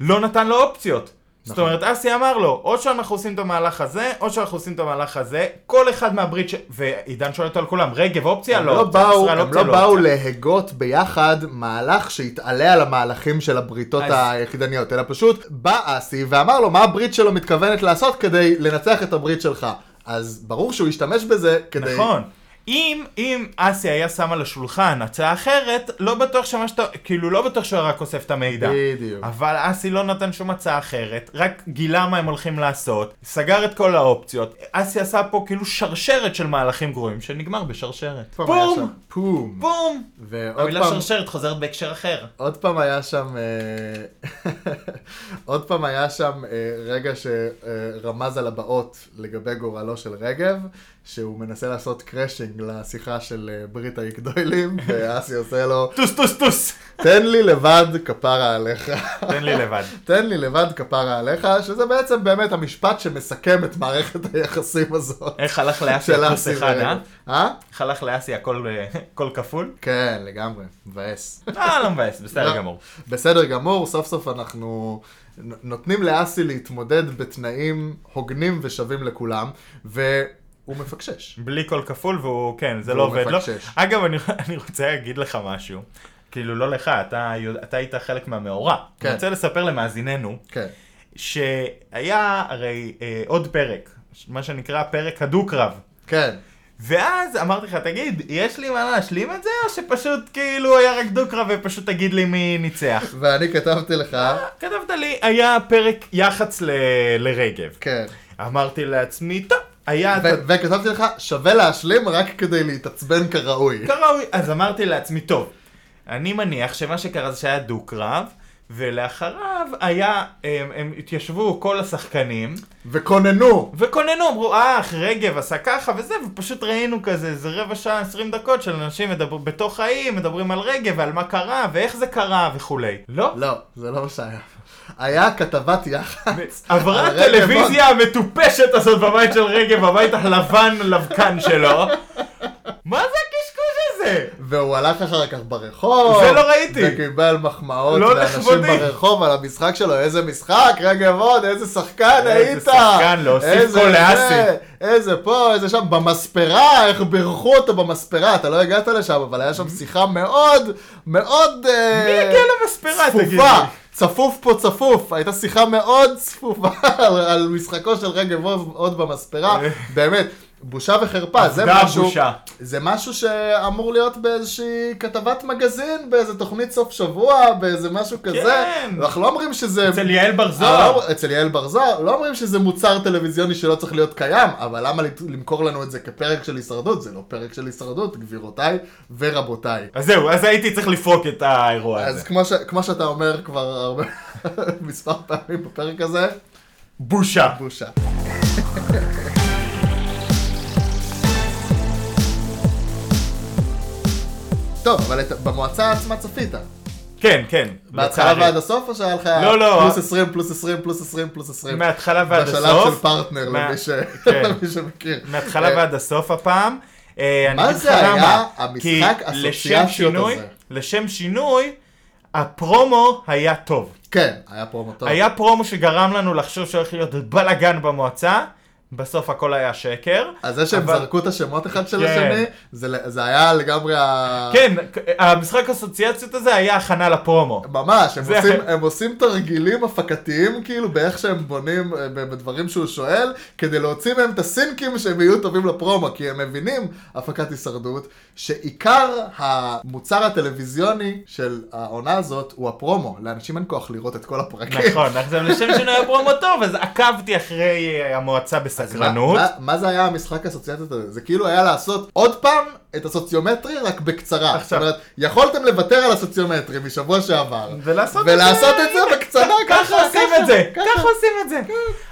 Speaker 3: לא נתן לו אופציות. זאת
Speaker 2: נכון.
Speaker 3: אומרת, אסי אמר לו, או שאנחנו עושים את המהלך הזה, או שאנחנו עושים את המהלך הזה, כל אחד מהברית ש... ועידן שואל אותו על כולם, רגב אופציה?
Speaker 2: הם
Speaker 3: לא.
Speaker 2: לא
Speaker 3: אופציה,
Speaker 2: באו,
Speaker 3: ישראל,
Speaker 2: הם
Speaker 3: אופציה,
Speaker 2: לא באו
Speaker 3: אופציה.
Speaker 2: להגות ביחד מהלך שיתעלה על המהלכים של הבריתות
Speaker 3: אז-
Speaker 2: היחידניות, אלא פשוט בא אסי ואמר לו מה הברית שלו מתכוונת לעשות כדי לנצח את הברית שלך. אז ברור שהוא השתמש בזה כדי...
Speaker 3: נכון. אם, אם אסי היה שם על השולחן הצעה אחרת, לא בטוח שמה שאתה, כאילו לא בטוח שהוא היה רק אוסף את המידע.
Speaker 2: בדיוק.
Speaker 3: אבל אסי לא נתן שום הצעה אחרת, רק גילה מה הם הולכים לעשות, סגר את כל האופציות. אסי עשה פה כאילו שרשרת של מהלכים גרועים, שנגמר בשרשרת.
Speaker 2: עוד פעם היה
Speaker 3: בום!
Speaker 2: שם פום.
Speaker 3: בום!
Speaker 2: ועוד
Speaker 3: המילה
Speaker 2: פעם,
Speaker 3: שרשרת חוזרת בהקשר אחר.
Speaker 2: עוד פעם היה שם, אה, *laughs* עוד פעם היה שם אה, רגע שרמז על הבאות לגבי גורלו של רגב, שהוא מנסה לעשות קרשינג לשיחה של אה, ברית
Speaker 3: *laughs*
Speaker 2: האקדוילים, ואסי עושה לו,
Speaker 3: טוס טוס טוס!
Speaker 2: תן לי לבד כפרה עליך. *laughs*
Speaker 3: תן לי לבד.
Speaker 2: תן לי לבד כפרה עליך, שזה בעצם באמת המשפט שמסכם את מערכת היחסים הזאת.
Speaker 3: איך הלך לאסי
Speaker 2: של
Speaker 3: הטוס
Speaker 2: אסי
Speaker 3: אחד, אה?
Speaker 2: ורגב. אה?
Speaker 3: איך הלך לאסי הכל אה, הכל כפול?
Speaker 2: כן, לגמרי, מבאס.
Speaker 3: *laughs* אה, לא מבאס, בסדר
Speaker 2: לא.
Speaker 3: גמור.
Speaker 2: בסדר גמור, סוף סוף אנחנו נ- נותנים לאסי להתמודד בתנאים הוגנים ושווים לכולם, והוא מפקשש.
Speaker 3: בלי כל כפול, והוא, כן, זה
Speaker 2: והוא
Speaker 3: לא עובד לו.
Speaker 2: מפקשש.
Speaker 3: אגב, אני, *laughs* אני רוצה להגיד לך משהו. כאילו, לא לך, אתה, יודע- אתה היית חלק מהמאורע.
Speaker 2: כן.
Speaker 3: אני רוצה לספר למאזיננו,
Speaker 2: כן.
Speaker 3: שהיה הרי אה, עוד פרק, מה שנקרא פרק הדו-קרב.
Speaker 2: כן.
Speaker 3: ואז אמרתי לך, תגיד, יש לי מה להשלים את זה, או שפשוט כאילו היה רק דו-קרב ופשוט תגיד לי מי ניצח?
Speaker 2: ואני כתבתי לך,
Speaker 3: כתבת לי, היה פרק יח"צ ל... לרגב.
Speaker 2: כן.
Speaker 3: אמרתי לעצמי, טוב, היה... את ה-
Speaker 2: ו- וכתבתי לך, שווה להשלים רק כדי להתעצבן כראוי.
Speaker 3: כראוי. אז אמרתי לעצמי, טוב, אני מניח שמה שקרה זה שהיה דו-קרב, ולאחריו היה, הם, הם התיישבו כל השחקנים,
Speaker 2: וכוננו.
Speaker 3: וכוננו, אמרו, אה, אח, רגב עשה ככה וזה, ופשוט ראינו כזה, איזה רבע שעה, עשרים דקות של אנשים מדבר, בתוך האי, מדברים על רגב, ועל מה קרה, ואיך זה קרה, וכולי. לא.
Speaker 2: לא, זה לא מה שהיה. היה כתבת יח"צ.
Speaker 3: עברה
Speaker 2: על רגב,
Speaker 3: הטלוויזיה המטופשת הזאת בבית של רגב, הבית הלבן לבקן שלו. מה זה הקשקוש הזה?
Speaker 2: והוא הלך אחר כך ברחוב.
Speaker 3: זה לא ראיתי.
Speaker 2: וקיבל מחמאות
Speaker 3: לא
Speaker 2: לאנשים
Speaker 3: לכבודי.
Speaker 2: ברחוב על המשחק שלו, איזה משחק, רגב עוד, איזה שחקן
Speaker 3: איזה
Speaker 2: היית.
Speaker 3: שחקן, להוסיף
Speaker 2: איזה
Speaker 3: גול
Speaker 2: זה,
Speaker 3: לאסי.
Speaker 2: איזה פה, איזה שם, במספרה, איך בירכו אותו במספרה, אתה לא הגעת לשם, אבל היה שם שיחה מאוד, מאוד...
Speaker 3: Mm-hmm.
Speaker 2: אה,
Speaker 3: מי יגיע למספרה, תגיד לי?
Speaker 2: צפופה, צפוף פה צפוף, הייתה שיחה מאוד צפופה *laughs* על, על משחקו של רגב עוד, עוד במספרה,
Speaker 3: אה.
Speaker 2: באמת, בושה וחרפה, זה
Speaker 3: אבדה
Speaker 2: משהו,
Speaker 3: הבושה.
Speaker 2: זה משהו שאמור להיות באיזושהי כתבת מגזין, באיזה תוכנית סוף שבוע, באיזה משהו כזה,
Speaker 3: כן.
Speaker 2: אנחנו לא אומרים שזה,
Speaker 3: אצל יעל בר זוהר.
Speaker 2: לא, אצל יעל בר זוהר, לא אומרים שזה מוצר טלוויזיוני שלא צריך להיות קיים, אבל למה לת- למכור לנו את זה כפרק של הישרדות? זה לא פרק של הישרדות, גבירותיי ורבותיי.
Speaker 3: אז זהו, אז הייתי צריך לפרוק את האירוע
Speaker 2: אז
Speaker 3: הזה.
Speaker 2: כמו, ש... כמו שאתה אומר כבר הרבה... *laughs* מספר פעמים בפרק הזה,
Speaker 3: בושה.
Speaker 2: בושה. *laughs* טוב, אבל את... במועצה עצמה צפית.
Speaker 3: כן, כן.
Speaker 2: בהתחלה
Speaker 3: לצערי.
Speaker 2: ועד הסוף, או שהיה לך
Speaker 3: לא, לא.
Speaker 2: פלוס 20, פלוס 20, פלוס 20, פלוס 20?
Speaker 3: מההתחלה ועד
Speaker 2: בשלב
Speaker 3: הסוף.
Speaker 2: של פרטנר,
Speaker 3: מה-
Speaker 2: למי, ש...
Speaker 3: כן.
Speaker 2: *laughs* למי שמכיר.
Speaker 3: מההתחלה
Speaker 2: אה,
Speaker 3: ועד הסוף הפעם. אה, אני
Speaker 2: מה
Speaker 3: אגיד
Speaker 2: זה
Speaker 3: לך
Speaker 2: היה
Speaker 3: למה.
Speaker 2: המשחק
Speaker 3: כי
Speaker 2: אסוציאציות
Speaker 3: לשם שינוי-
Speaker 2: הזה?
Speaker 3: לשם שינוי, הפרומו היה טוב.
Speaker 2: כן, היה פרומו טוב.
Speaker 3: היה פרומו שגרם לנו לחשוב שהולך להיות בלאגן במועצה, בסוף הכל היה שקר.
Speaker 2: אז זה שהם
Speaker 3: אבל-
Speaker 2: זרקו את השמות אחד של
Speaker 3: כן.
Speaker 2: השני, זה- זה היה לגמרי ה...
Speaker 3: כן, המשחק אסוציאציות הזה היה הכנה לפרומו.
Speaker 2: ממש, הם,
Speaker 3: זה-
Speaker 2: עושים, הם עושים תרגילים הפקתיים, כאילו, באיך שהם בונים, אה, ב- בדברים שהוא שואל, כדי להוציא מהם את הסינקים שהם יהיו טובים לפרומו, כי הם מבינים, הפקת הישרדות, שעיקר המוצר הטלוויזיוני של העונה הזאת הוא הפרומו. לאנשים אין כוח לראות את כל הפרקים.
Speaker 3: נכון, עכשיו לשם שינוי היה פרומו טוב, אז עקבתי אחרי אה, המועצה
Speaker 2: אז *laughs* מה-
Speaker 3: בסקרנות.
Speaker 2: מה, מה זה היה המשחק הסוציאטיות הזה? זה כאילו היה לעשות עוד פעם את הסוציומטרי, רק בקצרה.
Speaker 3: עכשיו-
Speaker 2: זאת אומרת, יכולתם לוותר על הסוציומטרי משבוע שעבר.
Speaker 3: ולעשות את זה-
Speaker 2: ולעשות את זה בקצרה,
Speaker 3: ככה עושים את זה,
Speaker 2: ככה.
Speaker 3: ככה עושים את זה.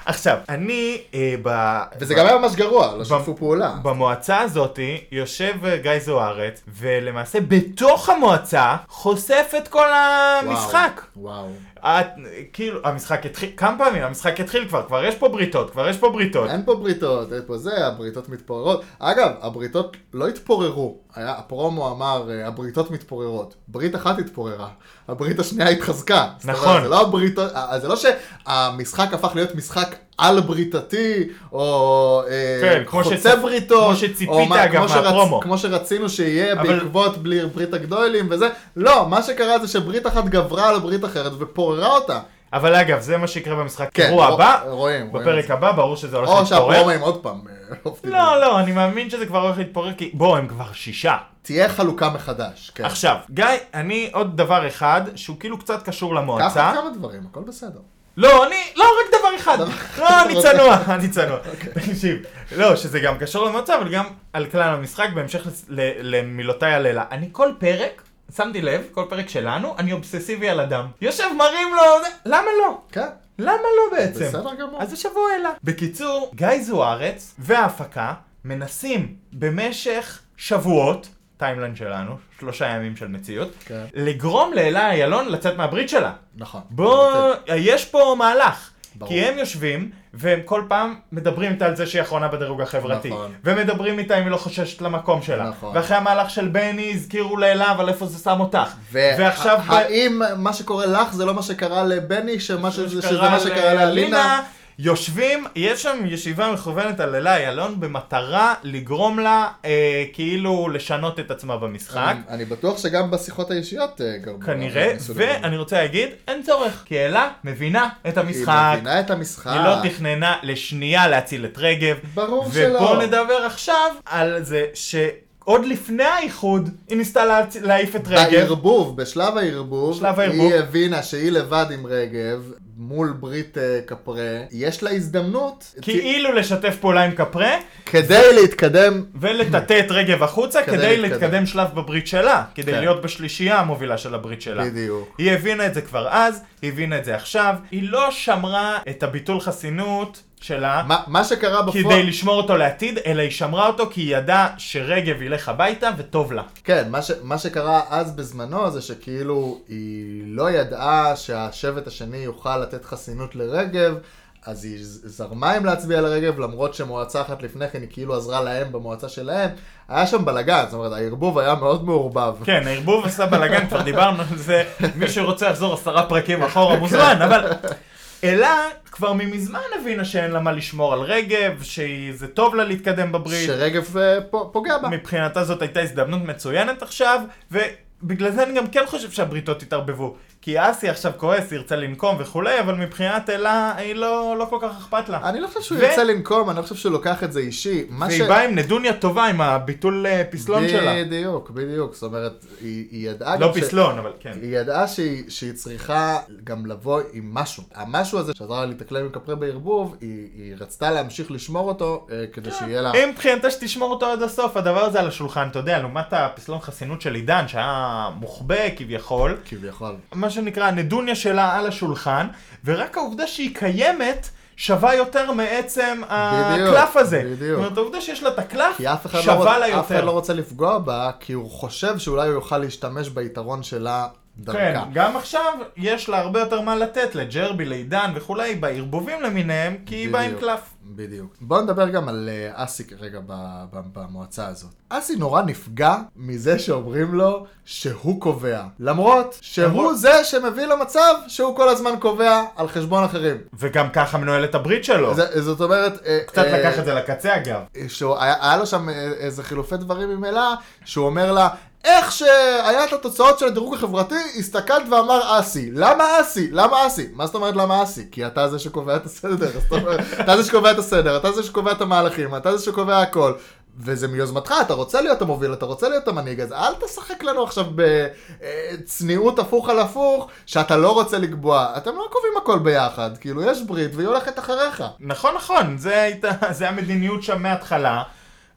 Speaker 3: עכשיו, אני אה, ב...
Speaker 2: וזה
Speaker 3: ב-
Speaker 2: גם היה ממש גרוע, לא שיתפו פעולה.
Speaker 3: במועצה הזאתי יושב אה, גיא זוארץ, ולמעשה בתוך המועצה חושף את כל המשחק.
Speaker 2: וואו.
Speaker 3: את, כאילו, המשחק התחיל, כמה פעמים? המשחק התחיל כבר, כבר יש פה בריתות, כבר יש פה בריתות.
Speaker 2: אין פה בריתות, אין פה זה, הבריתות מתפוררות. אגב, הבריתות לא התפוררו. היה, הפרומו אמר, אה, הבריתות מתפוררות. ברית אחת התפוררה, הברית השנייה התחזקה. זאת אומרת,
Speaker 3: נכון.
Speaker 2: זה לא הבריתות, אה, זה לא שהמשחק הפך להיות משחק על בריתתי, או אה,
Speaker 3: כן, כמו
Speaker 2: חוצה
Speaker 3: שצפ-
Speaker 2: בריתות.
Speaker 3: כמו שציפית,
Speaker 2: או מה-
Speaker 3: אגב,
Speaker 2: כמו שרצ-
Speaker 3: מהפרומו.
Speaker 2: כמו שרצינו שיהיה
Speaker 3: אבל-
Speaker 2: בעקבות בלי ברית הגדולים וזה. לא, מה שקרה זה שברית אחת גברה על ברית אחרת ופוררה אותה.
Speaker 3: אבל אגב, זה מה שיקרה במשחק.
Speaker 2: כן,
Speaker 3: אירוע
Speaker 2: רוא-
Speaker 3: הבא,
Speaker 2: רואים, רואים את
Speaker 3: בפרק
Speaker 2: זה.
Speaker 3: הבא, ברור שזה הולך
Speaker 2: או
Speaker 3: להתפורר.
Speaker 2: שהפרומים עוד פעם. אה, *laughs* עובדים.
Speaker 3: לא, לא, אני מאמין שזה כבר הולך להתפורר, כי בואו, הם כבר שישה.
Speaker 2: תהיה חלוקה מחדש, כן.
Speaker 3: עכשיו, גיא, אני עוד דבר אחד, שהוא כאילו קצת קשור
Speaker 2: קח
Speaker 3: למועצה.
Speaker 2: עוד כמה דברים, הכל בסדר.
Speaker 3: לא, אני, לא, רק דבר אחד. לא, אני צנוע, אני צנוע.
Speaker 2: אוקיי.
Speaker 3: תקשיב, לא, שזה גם קשור למצב, אבל גם על כלל המשחק, בהמשך לס- ל- למילותיי על אלה. אני כל פרק, שמתי לב, כל פרק שלנו, אני אובססיבי על אדם. יושב, מרים לו, זה- למה לא?
Speaker 2: כן.
Speaker 3: למה לא בעצם?
Speaker 2: בסדר גמור.
Speaker 3: אז השבוע אלה. בקיצור, גיא זוארץ וההפקה מנסים במשך שבועות, טיימליין שלנו, שלושה ימים של מציאות,
Speaker 2: כן.
Speaker 3: לגרום לאלה איילון לצאת מהברית שלה.
Speaker 2: נכון.
Speaker 3: בוא, יש פה מהלך.
Speaker 2: ברור.
Speaker 3: כי הם יושבים, והם כל פעם מדברים איתה על זה שהיא אחרונה בדירוג החברתי.
Speaker 2: נכון.
Speaker 3: ומדברים איתה אם היא לא חוששת למקום שלה.
Speaker 2: נכון.
Speaker 3: ואחרי המהלך של בני הזכירו לאלה, אבל איפה זה שם אותך.
Speaker 2: ועכשיו...
Speaker 3: ועכשיו...
Speaker 2: האם מה שקורה לך זה לא מה שקרה לבני, שמה ש- שזה מה שקרה לאלינה?
Speaker 3: לאלינה, יושבים, יש שם ישיבה מכוונת על אלה איילון במטרה לגרום לה אה, כאילו לשנות את עצמה במשחק.
Speaker 2: אני- אני בטוח שגם בשיחות האישיות אה, גרמו.
Speaker 3: כנראה,
Speaker 2: לזה בסדר גמור.
Speaker 3: ואני רוצה להגיד, אין צורך, כי אלה מבינה את
Speaker 2: היא
Speaker 3: המשחק,
Speaker 2: מבינה את המשחק.
Speaker 3: היא לא תכננה לשנייה להציל את רגב.
Speaker 2: ברור
Speaker 3: ובואו
Speaker 2: שלא.
Speaker 3: נדבר עכשיו על זה שעוד לפני האיחוד, היא ניסתה להצ- להעיף את רגב.
Speaker 2: בערבוב, בשלב הערבוב,
Speaker 3: בשלב הערבוב.
Speaker 2: היא הבינה שהיא לבד עם רגב, מול ברית אה, קפרה, יש לה הזדמנות
Speaker 3: כאילו לשתף פעולה עם קפרה,
Speaker 2: כדי להתקדם
Speaker 3: ולטאטא את רגב החוצה
Speaker 2: כדי
Speaker 3: כדי,
Speaker 2: להתקדם.
Speaker 3: להתקדם שלב בברית שלה, כדי
Speaker 2: כן.
Speaker 3: להיות בשלישייה המובילה של הברית שלה.
Speaker 2: בדיוק.
Speaker 3: היא הבינה את זה כבר אז, היא הבינה את זה עכשיו, היא לא שמרה את הביטול חסינות שלה
Speaker 2: מה, מה שקרה בפועל...
Speaker 3: כדי לשמור אותו לעתיד, אלא היא שמרה אותו כי היא ידעה שרגב ילך הביתה וטוב לה.
Speaker 2: כן, מה, ש, מה שקרה אז בזמנו זה שכאילו היא לא ידעה שהשבט השני יוכל לתת חסינות לרגב, אז היא ז- זרמה עם להצביע לרגב, למרות שמועצה אחת לפני כן היא כאילו עזרה להם במועצה שלהם. היה שם בלאגן, זאת אומרת, הערבוב היה מאוד מעורבב.
Speaker 3: כן, הערבוב עשה בלאגן, כבר דיברנו על זה, מי שרוצה לחזור עשרה פרקים אחורה מוזמן, אבל... אלה כבר ממזמן הבינה שאין לה מה לשמור על רגב, שזה טוב לה להתקדם בברית,
Speaker 2: שרגב אה, פ- פוגע בה.
Speaker 3: מבחינתה זאת הייתה הזדמנות מצוינת עכשיו, ובגלל זה אני גם כן חושב שהבריתות התערבבו. כי אסי עכשיו כועס, ירצה לנקום וכולי, אבל מבחינת אלה, היא לא, לא כל כך אכפת לה.
Speaker 2: אני לא חושב שהוא
Speaker 3: ו-
Speaker 2: ירצה לנקום, אני לא חושב שהוא לוקח את זה אישי. מה
Speaker 3: והיא באה עם נדוניה טובה, עם הביטול אה, פסלון שלה.
Speaker 2: בדיוק, בדיוק. זאת אומרת, היא, היא ידעה
Speaker 3: לא
Speaker 2: גם ש-
Speaker 3: פסלון, אבל כן.
Speaker 2: היא ידעה שהיא, שהיא צריכה גם לבוא עם משהו. המשהו הזה שעזרה לה להתאקלם עם כפרי בערבוב, היא, היא רצתה להמשיך לשמור אותו אה,
Speaker 3: כן.
Speaker 2: כדי שיהיה לה...
Speaker 3: אם מבחינתה שתשמור אותו עד הסוף, הדבר הזה על השולחן, אתה יודע, לעומת הפסלון חסינות של עידן, שהיה מוחבא כביכול,
Speaker 2: כביכול.
Speaker 3: מה שנקרא הנדוניה שלה על השולחן, ורק העובדה שהיא קיימת שווה יותר מעצם הקלף הזה.
Speaker 2: בדיוק.
Speaker 3: זאת אומרת, העובדה שיש לה את הקלף
Speaker 2: כי אף אחד, לא,
Speaker 3: שווה לה
Speaker 2: רוצ- אף אחד
Speaker 3: יותר.
Speaker 2: לא רוצה לפגוע בה, כי הוא חושב שאולי הוא יוכל להשתמש ביתרון שלה
Speaker 3: כן,
Speaker 2: דרכה.
Speaker 3: גם עכשיו יש לה הרבה יותר מה לתת לג'רבי, לעידן וכולי, בערבובים למיניהם, כי היא באה עם
Speaker 2: בדיוק.
Speaker 3: קלף.
Speaker 2: בדיוק. בואו נדבר גם על אה, אסי רגע ב- ב- במועצה הזאת. אסי נורא נפגע מזה שאומרים לו שהוא קובע. למרות שהוא
Speaker 3: למרות-
Speaker 2: זה שמביא למצב שהוא כל הזמן קובע על חשבון אחרים.
Speaker 3: וגם ככה מנוהל את הברית שלו.
Speaker 2: זה- זאת אומרת... אה,
Speaker 3: קצת
Speaker 2: אה,
Speaker 3: לקח את זה לקצה אגב.
Speaker 2: שהיה היה לו שם אה, איזה חילופי דברים עם אלה, שהוא אומר לה, איך שהיה את התוצאות של הדירוג החברתי, הסתכלת ואמר אסי. למה אסי? למה אסי? מה זאת אומרת למה אסי? כי אתה זה שקובע את הסדר. זאת אומרת, אתה זה שקובע את הסדר, אתה זה שקובע את המהלכים, אתה זה שקובע הכל. וזה מיוזמתך, אתה רוצה להיות המוביל, אתה רוצה להיות המנהיג, אז אל תשחק לנו עכשיו בצניעות הפוך על הפוך, שאתה לא רוצה לקבוע. אתם לא קובעים הכל ביחד, כאילו, יש ברית והיא הולכת אחריך.
Speaker 3: נכון, נכון, זה הייתה, זה המדיניות שם מההתחלה,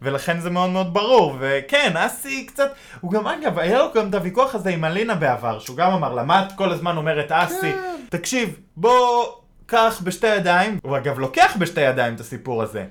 Speaker 3: ולכן זה מאוד מאוד ברור, וכן, אסי קצת, הוא גם, אגב, היה לו גם את הוויכוח הזה עם אלינה בעבר, שהוא גם אמר לה, מה את כל הזמן אומרת אסי?
Speaker 2: כן.
Speaker 3: תקשיב, בוא, קח בשתי ידיים, הוא אגב לוקח בשתי ידיים את הסיפור הזה.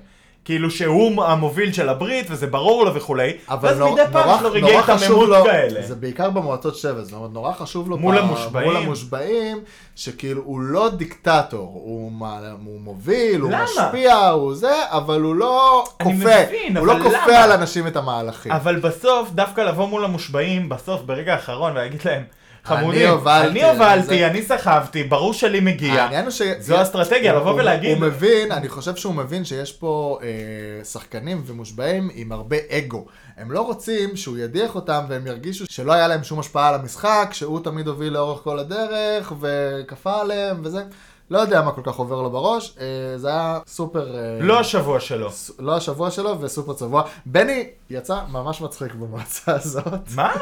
Speaker 3: כאילו שהוא המוביל של הברית, וזה ברור לו וכולי,
Speaker 2: אבל
Speaker 3: ואז
Speaker 2: נור,
Speaker 3: מדי פעם
Speaker 2: נורא,
Speaker 3: יש לו רגעי
Speaker 2: נורא חשוב
Speaker 3: התעממות
Speaker 2: לו,
Speaker 3: כאלה.
Speaker 2: זה בעיקר במועצות שבט, זאת אומרת, נורא חשוב לו
Speaker 3: מול
Speaker 2: ב-
Speaker 3: המושבעים.
Speaker 2: מול המושבעים, שכאילו הוא לא דיקטטור, הוא, מה, הוא מוביל, הוא
Speaker 3: למה?
Speaker 2: משפיע, הוא זה, אבל הוא לא
Speaker 3: אני
Speaker 2: כופה,
Speaker 3: מבין,
Speaker 2: הוא לא
Speaker 3: אבל
Speaker 2: כופה
Speaker 3: למה?
Speaker 2: על אנשים את המהלכים.
Speaker 3: אבל בסוף, דווקא לבוא מול המושבעים, בסוף, ברגע האחרון, ולהגיד להם, חמודים,
Speaker 2: הובלתי,
Speaker 3: אני הובלתי,
Speaker 2: זה-
Speaker 3: אני סחבתי, ברור שלי מגיע.
Speaker 2: העניין הוא ש...
Speaker 3: אה, זו אסטרטגיה,
Speaker 2: הוא-
Speaker 3: לבוא
Speaker 2: הוא-
Speaker 3: ולהגיד-
Speaker 2: הוא מבין, אני חושב שהוא מבין שיש פה אה, שחקנים ומושבעים עם הרבה אגו. הם לא רוצים שהוא ידיח אותם והם ירגישו שלא היה להם שום השפעה על המשחק, שהוא תמיד הוביל לאורך כל הדרך וכפה עליהם וזה. לא יודע מה כל כך עובר לו בראש, אה, זה היה סופר... אה,
Speaker 3: לא השבוע שלו.
Speaker 2: ס- לא השבוע שלו וסופר צבוע. בני יצא ממש מצחיק במועצה הזאת.
Speaker 3: מה?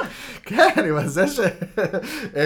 Speaker 2: כן, עם הזה ש... אה,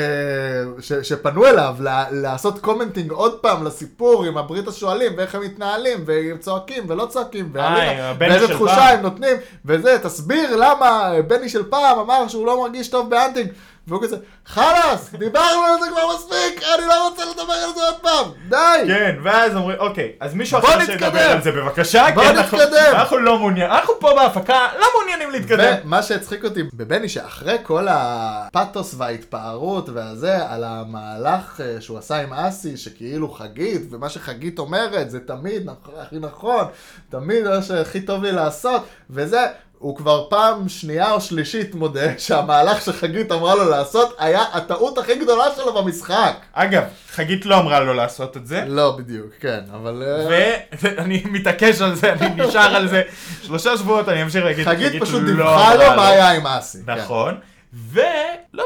Speaker 2: ש... שפנו אליו ל... לעשות קומנטינג עוד פעם לסיפור עם הברית השואלים ואיך הם מתנהלים והם צועקים ולא צועקים
Speaker 3: אה, עם
Speaker 2: ואלינה,
Speaker 3: הבני
Speaker 2: ואיזה
Speaker 3: של
Speaker 2: תחושה
Speaker 3: פעם.
Speaker 2: הם נותנים וזה, תסביר למה בני של פעם אמר שהוא לא מרגיש טוב באנטינג והוא כזה, חלאס, דיברנו על זה כבר מספיק, אני לא רוצה לדבר על זה עוד פעם, די.
Speaker 3: כן, ואז אומרים, אוקיי, אז מישהו
Speaker 2: בוא
Speaker 3: אחר
Speaker 2: נתקדם.
Speaker 3: שידבר על זה בבקשה,
Speaker 2: בוא
Speaker 3: כי אנחנו-
Speaker 2: נתקדם.
Speaker 3: אנחנו לא מעוניינים, אנחנו פה בהפקה, לא מעוניינים להתקדם.
Speaker 2: ומה שהצחיק אותי בבני, שאחרי כל הפאתוס וההתפארות והזה, על המהלך אה, שהוא עשה עם אסי, שכאילו חגית, ומה שחגית אומרת זה תמיד נכ- הכי נכון, תמיד מה שהכי טוב לי לעשות, וזה, הוא כבר פעם שנייה או שלישית מודה *laughs* שהמהלך שחגית אמרה לו לעשות היה הטעות הכי גדולה שלו במשחק.
Speaker 3: אגב, חגית לא אמרה לו לעשות את זה,
Speaker 2: לא בדיוק, כן, אבל... אה,
Speaker 3: *laughs* ואני מתעקש על זה, אני נשאר על זה. שלושה שבועות אני אמשיך להגיד,
Speaker 2: חגית פשוט
Speaker 3: לא
Speaker 2: דיווחה
Speaker 3: אמרה
Speaker 2: לו מה היה עם אסי. כן.
Speaker 3: נכון. ולא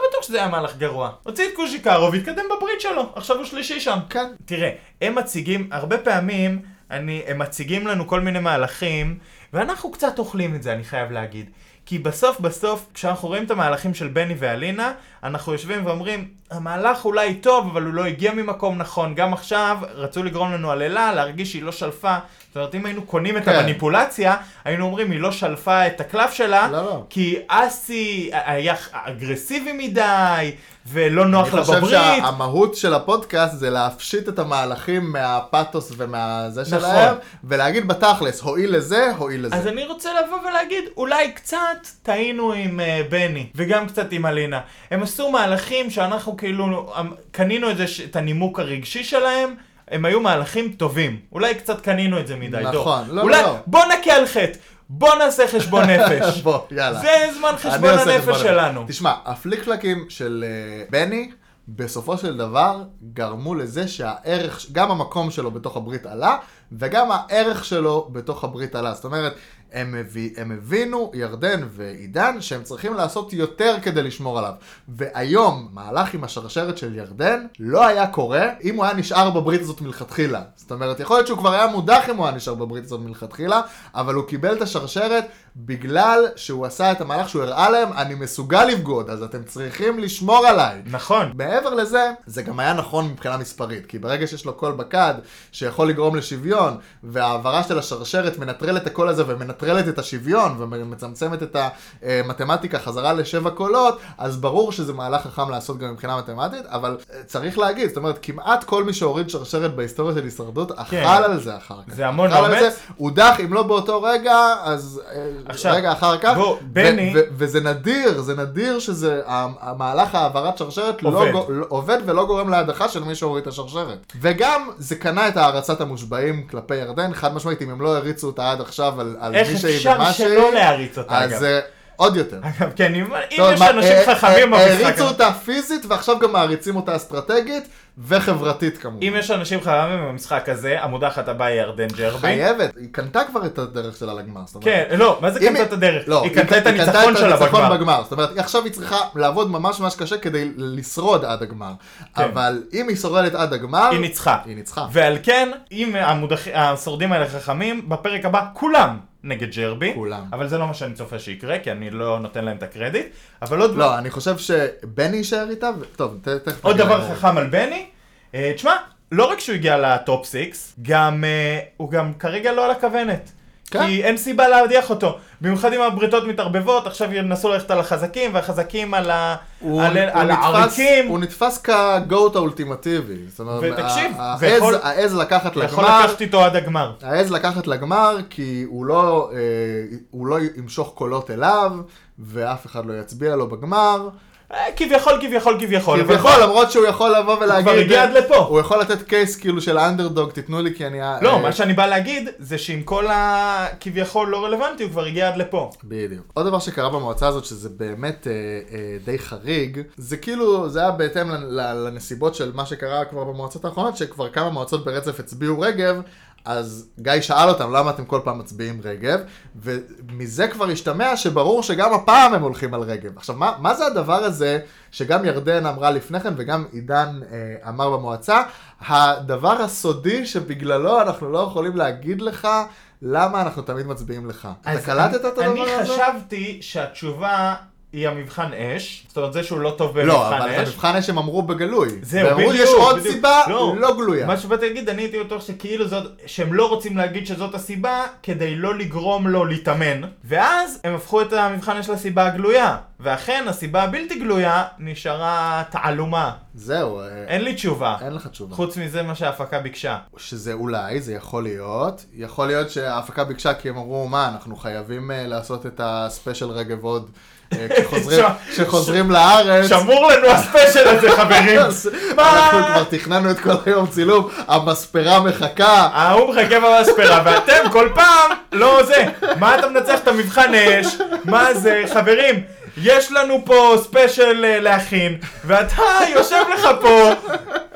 Speaker 3: בטוח שזה היה מהלך גרוע. הוציא את קוז'יקרו והתקדם בברית שלו, עכשיו הוא שלישי שם.
Speaker 2: כן.
Speaker 3: תראה, הם מציגים, הרבה פעמים, אני, הם מציגים לנו כל מיני מהלכים, ואנחנו קצת אוכלים את זה, אני חייב להגיד. כי בסוף בסוף, כשאנחנו רואים את המהלכים של בני ואלינה, אנחנו יושבים ואומרים, המהלך אולי טוב, אבל הוא לא הגיע ממקום נכון. גם עכשיו, רצו לגרום לנו על אלה, להרגיש שהיא לא שלפה. זאת אומרת, אם היינו קונים את
Speaker 2: כן.
Speaker 3: המניפולציה, היינו אומרים, היא לא שלפה את הקלף שלה,
Speaker 2: לא, לא.
Speaker 3: כי אסי היה אגרסיבי מדי, ולא נוח
Speaker 2: אני
Speaker 3: לה
Speaker 2: חושב
Speaker 3: בברית.
Speaker 2: שהמהות של הפודקאסט זה להפשיט את המהלכים מהפאתוס ומהזה
Speaker 3: נכון.
Speaker 2: שלהם, ולהגיד בתכלס, הועיל לזה, הועיל לזה.
Speaker 3: אז אני רוצה לבוא ולהגיד, אולי קצת טעינו עם אה, בני, וגם קצת עם אלינה. הם עשו מהלכים שאנחנו כאילו, אמ, קנינו את, זה, ש- את הנימוק הרגשי שלהם, הם היו מהלכים טובים. אולי קצת קנינו את זה מדי,
Speaker 2: נכון,
Speaker 3: דור.
Speaker 2: לא,
Speaker 3: אולי,
Speaker 2: לא.
Speaker 3: בוא נכה על חטא, בוא נעשה
Speaker 2: *laughs*
Speaker 3: חשבון נפש.
Speaker 2: בוא, יאללה.
Speaker 3: זה זמן
Speaker 2: אני
Speaker 3: חשבון
Speaker 2: עושה חשבון
Speaker 3: הנפש
Speaker 2: נפש.
Speaker 3: שלנו.
Speaker 2: תשמע, הפליקפלקים של אה, בני, בסופו של דבר, גרמו לזה שהערך, גם המקום שלו בתוך הברית עלה, וגם הערך שלו בתוך הברית עלה. זאת אומרת, הם, הביא, הם הבינו, ירדן ועידן, שהם צריכים לעשות יותר כדי לשמור עליו. והיום, מהלך עם השרשרת של ירדן, לא היה קורה אם הוא היה נשאר בברית הזאת מלכתחילה. זאת אומרת, יכול להיות שהוא כבר היה מודח אם הוא היה נשאר בברית הזאת מלכתחילה, אבל הוא קיבל את השרשרת בגלל שהוא עשה את המהלך שהוא הראה להם, אני מסוגל לבגוד, אז אתם צריכים לשמור עליי.
Speaker 3: נכון.
Speaker 2: מעבר לזה, זה גם היה נכון מבחינה מספרית, כי ברגע שיש לו קול בקד שיכול לגרום לשוויון, וההעברה של השרשרת מנטרלת את הקול הזה ומנטרלת את השוויון ומצמצמת את המתמטיקה חזרה לשבע קולות, אז ברור שזה מהלך חכם לעשות גם מבחינה מתמטית, אבל אה, צריך להגיד, זאת אומרת, כמעט כל מי שהוריד שרשרת בהיסטוריה של הישרדות, אכל
Speaker 3: כן.
Speaker 2: על זה אחר כך.
Speaker 3: זה המון
Speaker 2: אכל על
Speaker 3: אומץ.
Speaker 2: זה, הודח, אם לא באותו רגע, אז אה,
Speaker 3: עכשיו,
Speaker 2: רגע אחר כך.
Speaker 3: בוא,
Speaker 2: ו-
Speaker 3: בני-
Speaker 2: ו- וזה נדיר, זה נדיר שזה, המ- המהלך העברת שרשרת לא
Speaker 3: עובד.
Speaker 2: גו- לא- עובד ולא גורם להדחה של מי שהוריד את השרשרת. וגם זה קנה את הערצת המושבעים כלפי ירדן, חד משמעית, אם הם לא הריצו אותה עד עכשיו על על
Speaker 3: איך
Speaker 2: מי שהיא
Speaker 3: אפשר
Speaker 2: ומה שהיא,
Speaker 3: שלא להריץ אותה, אגב?
Speaker 2: אז אה, עוד יותר.
Speaker 3: אגב, כן, אם אם
Speaker 2: טוב,
Speaker 3: יש
Speaker 2: מה,
Speaker 3: אנשים
Speaker 2: אה,
Speaker 3: חכמים
Speaker 2: אה,
Speaker 3: במשחק
Speaker 2: הריצו
Speaker 3: הזה.
Speaker 2: אותה פיזית ועכשיו גם מעריצים אותה אסטרטגית וחברתית כמובן.
Speaker 3: אם יש אנשים חכמים במשחק הזה, המודחת הבאה היא ירדן ג'רבי.
Speaker 2: חייבת, היא קנתה כבר את הדרך שלה לגמר. זאת אומרת,
Speaker 3: כן, לא, מה זה
Speaker 2: אם
Speaker 3: קנתה את הדרך?
Speaker 2: לא,
Speaker 3: היא קנתה את
Speaker 2: קנתה
Speaker 3: הניצחון שלה
Speaker 2: הניצחון
Speaker 3: בגמר.
Speaker 2: בגמר. זאת אומרת, עכשיו היא צריכה לעבוד ממש ממש קשה כדי לשרוד עד הגמר.
Speaker 3: כן.
Speaker 2: אבל אם היא שורדת עד הגמר...
Speaker 3: היא ניצחה.
Speaker 2: היא ניצחה.
Speaker 3: ועל כן, אם המודח... השורדים האלה חכמים, בפרק הבא כולם נגד ג'רבי.
Speaker 2: כולם.
Speaker 3: אבל זה לא מה שאני צופה שיקרה, כי אני לא נותן להם את הקרדיט. אבל עוד,
Speaker 2: לא, אני חושב שבני יישאר איתה, ו- טוב, ת- תכף...
Speaker 3: עוד
Speaker 2: נגיע
Speaker 3: דבר
Speaker 2: לזה.
Speaker 3: חכם על בני, אה, תשמע, לא רק שהוא הגיע לטופ 6, גם, אה, הוא גם כרגע לא על הכוונת.
Speaker 2: כן.
Speaker 3: כי אין סיבה להדיח אותו. במיוחד אם הבריתות מתערבבות, עכשיו ינסו ללכת על החזקים, והחזקים על, ה...
Speaker 2: הוא-
Speaker 3: על,
Speaker 2: הוא
Speaker 3: על
Speaker 2: נתפס-
Speaker 3: העריקים.
Speaker 2: הוא נתפס כגוט האולטימטיבי. זאת אומרת,
Speaker 3: ותקשיב,
Speaker 2: ה-
Speaker 3: זה
Speaker 2: העז-
Speaker 3: יכול-
Speaker 2: העז לקחת
Speaker 3: אתה יכול
Speaker 2: לגמר,
Speaker 3: לקחת איתו עד הגמר.
Speaker 2: העז לקחת לגמר כי הוא לא, אה, הוא לא ימשוך קולות אליו, ואף אחד לא יצביע לו בגמר.
Speaker 3: אה, כביכול, כביכול, כביכול. אבל
Speaker 2: כביכול, למרות שהוא יכול לבוא ולהגיד...
Speaker 3: כבר הגיע עד לפה.
Speaker 2: הוא יכול לתת קייס כאילו של אנדרדוג, תיתנו לי כי אני... ה-
Speaker 3: לא,
Speaker 2: אה,
Speaker 3: מה שאני בא להגיד, זה שעם כל הכביכול לא רלוונטי, הוא כבר הגיע עד לפה.
Speaker 2: בדיוק. עוד דבר שקרה במועצה הזאת, שזה באמת אה, אה, די חריג, זה כאילו, זה היה בהתאם ל- ל- לנסיבות של מה שקרה כבר במועצות האחרונות, שכבר כמה מועצות ברצף הצביעו רגב, אז גיא שאל אותם למה אתם כל פעם מצביעים רגב, ומזה כבר השתמע שברור שגם הפעם הם הולכים על רגב. עכשיו, מה, מה זה הדבר הזה שגם ירדן אמרה לפני כן וגם עידן אה, אמר במועצה? הדבר הסודי שבגללו אנחנו לא יכולים להגיד לך למה אנחנו תמיד מצביעים לך. אתה
Speaker 3: אז
Speaker 2: קלטת את הדבר
Speaker 3: אני
Speaker 2: הזה?
Speaker 3: חשבתי שהתשובה היא המבחן אש, זאת אומרת זה שהוא לא טוב
Speaker 2: לא,
Speaker 3: במבחן
Speaker 2: אבל את
Speaker 3: אש.
Speaker 2: המבחן אש הם אמרו בגלוי.
Speaker 3: זהו,
Speaker 2: והם אמרו,
Speaker 3: בדיוק,
Speaker 2: יש עוד
Speaker 3: בדיוק.
Speaker 2: סיבה
Speaker 3: לא.
Speaker 2: לא גלויה.
Speaker 3: מה שבאתי להגיד, אני הייתי בטוח שכאילו זאת, שהם לא רוצים להגיד שזאת הסיבה, כדי לא לגרום לו להתאמן. ואז הם הפכו את המבחן אש לסיבה הגלויה. ואכן, הסיבה הבלתי גלויה נשארה תעלומה.
Speaker 2: זהו, אה,
Speaker 3: אין לי תשובה.
Speaker 2: אין לך תשובה.
Speaker 3: חוץ מזה מה שההפקה
Speaker 2: *laughs*
Speaker 3: ביקשה.
Speaker 2: שזה אולי, זה יכול להיות. יכול להיות שההפקה ביקשה כי הם אמרו, מה, אנחנו חייבים אה, לעשות את הספיישל רגב עוד.
Speaker 3: *laughs*
Speaker 2: אה, כשחוזרים-
Speaker 3: ש-
Speaker 2: כשחוזרים לארץ.
Speaker 3: שמור לנו הספיישל הזה חברים.
Speaker 2: *laughs* אז *laughs* אנחנו
Speaker 3: מה?
Speaker 2: כבר תכננו את כל היום צילום, המספרה מחכה.
Speaker 3: ההוא מחכה במספרה ואתם כל פעם לא זה. מה אתה מנצח את המבחן אש? מה זה? חברים, יש לנו פה ספיישל אה, להכין ואתה יושב לך פה.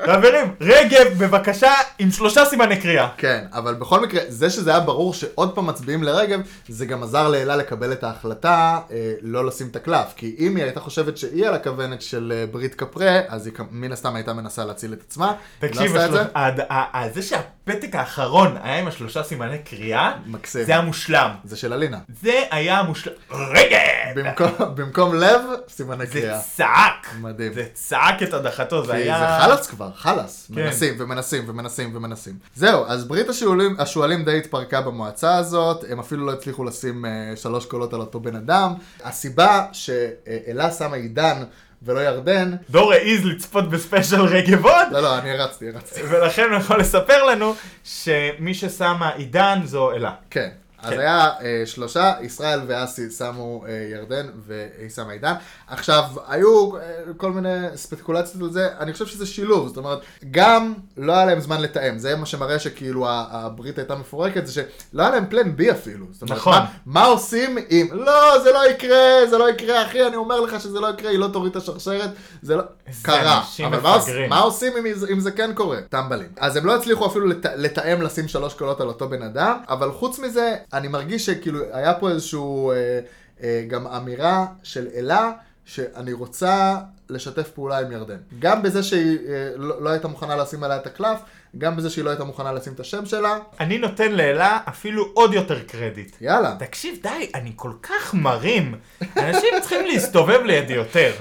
Speaker 3: חברים, רגב בבקשה עם שלושה סימני קריאה.
Speaker 2: כן, אבל בכל מקרה, זה שזה היה ברור שעוד פעם מצביעים לרגב, זה גם עזר לאלה לקבל את ההחלטה אה, לא לשים את הקלף. כי אם היא הייתה חושבת שהיא על הכוונת של אה, ברית קפרה, אז היא כ- מן הסתם הייתה מנסה להציל את עצמה. היא לא
Speaker 3: תקשיב,
Speaker 2: עשתה את
Speaker 3: השלוש-
Speaker 2: זה.
Speaker 3: ה- ה- ה- זה שה... הפתק האחרון היה עם השלושה סימני קריאה,
Speaker 2: מקסים.
Speaker 3: זה היה מושלם.
Speaker 2: זה של אלינה.
Speaker 3: זה היה מושלם. רגע!
Speaker 2: במקום- במקום לב, סימני
Speaker 3: זה
Speaker 2: קריאה.
Speaker 3: צעק.
Speaker 2: מדהים.
Speaker 3: זה צעק את הדחתו, זה
Speaker 2: כי
Speaker 3: היה...
Speaker 2: זה חלאס כבר, חלאס. מנסים ומנסים ומנסים ומנסים. זהו, אז ברית השואלים, השואלים די התפרקה במועצה הזאת, הם אפילו לא הצליחו לשים אה, שלוש קולות על אותו בן אדם. הסיבה שאלה שמה עידן ולא ירדן,
Speaker 3: דור העז לצפות בספיישל רגב עוד,
Speaker 2: לא, לא, אני הרצתי, הרצתי.
Speaker 3: ולכן הוא יכול לספר לנו שמי ששמה עידן זו אלה.
Speaker 2: כן. אז
Speaker 3: כן.
Speaker 2: היה אה, שלושה, ישראל ואסי שמו אה, ירדן והיא שמה עידן. עכשיו, היו אה, כל מיני ספקולציות על זה, אני חושב שזה שילוב, זאת אומרת, גם לא היה להם זמן לתאם, זה מה שמראה שכאילו ה- הברית הייתה מפורקת, זה שלא היה להם פלן בי אפילו. זאת אומרת,
Speaker 3: נכון.
Speaker 2: מה, מה עושים אם, לא, זה לא יקרה, זה לא יקרה, אחי, אני אומר לך שזה לא יקרה, היא לא תוריד את השרשרת, זה לא...
Speaker 3: איזה
Speaker 2: קרה,
Speaker 3: אנשים
Speaker 2: אבל מה, עוש-
Speaker 3: מפגרים.
Speaker 2: מה עושים אם, זה- אם זה כן קורה? טמבלים. אז הם לא הצליחו אפילו לת, לתאם לשים שלוש קולות על אותו בן אדם, אבל חוץ מזה, אני מרגיש שכאילו היה פה איזשהו אה, אה, גם אמירה של אלה, שאני רוצה לשתף פעולה עם ירדן. גם בזה שהיא אה, לא, לא הייתה מוכנה לשים עליה את הקלף, גם בזה שהיא לא הייתה מוכנה לשים את השם שלה,
Speaker 3: אני נותן לאלה אפילו עוד יותר קרדיט.
Speaker 2: יאללה.
Speaker 3: תקשיב, די, אני כל כך מרים. אנשים צריכים להסתובב לידי יותר.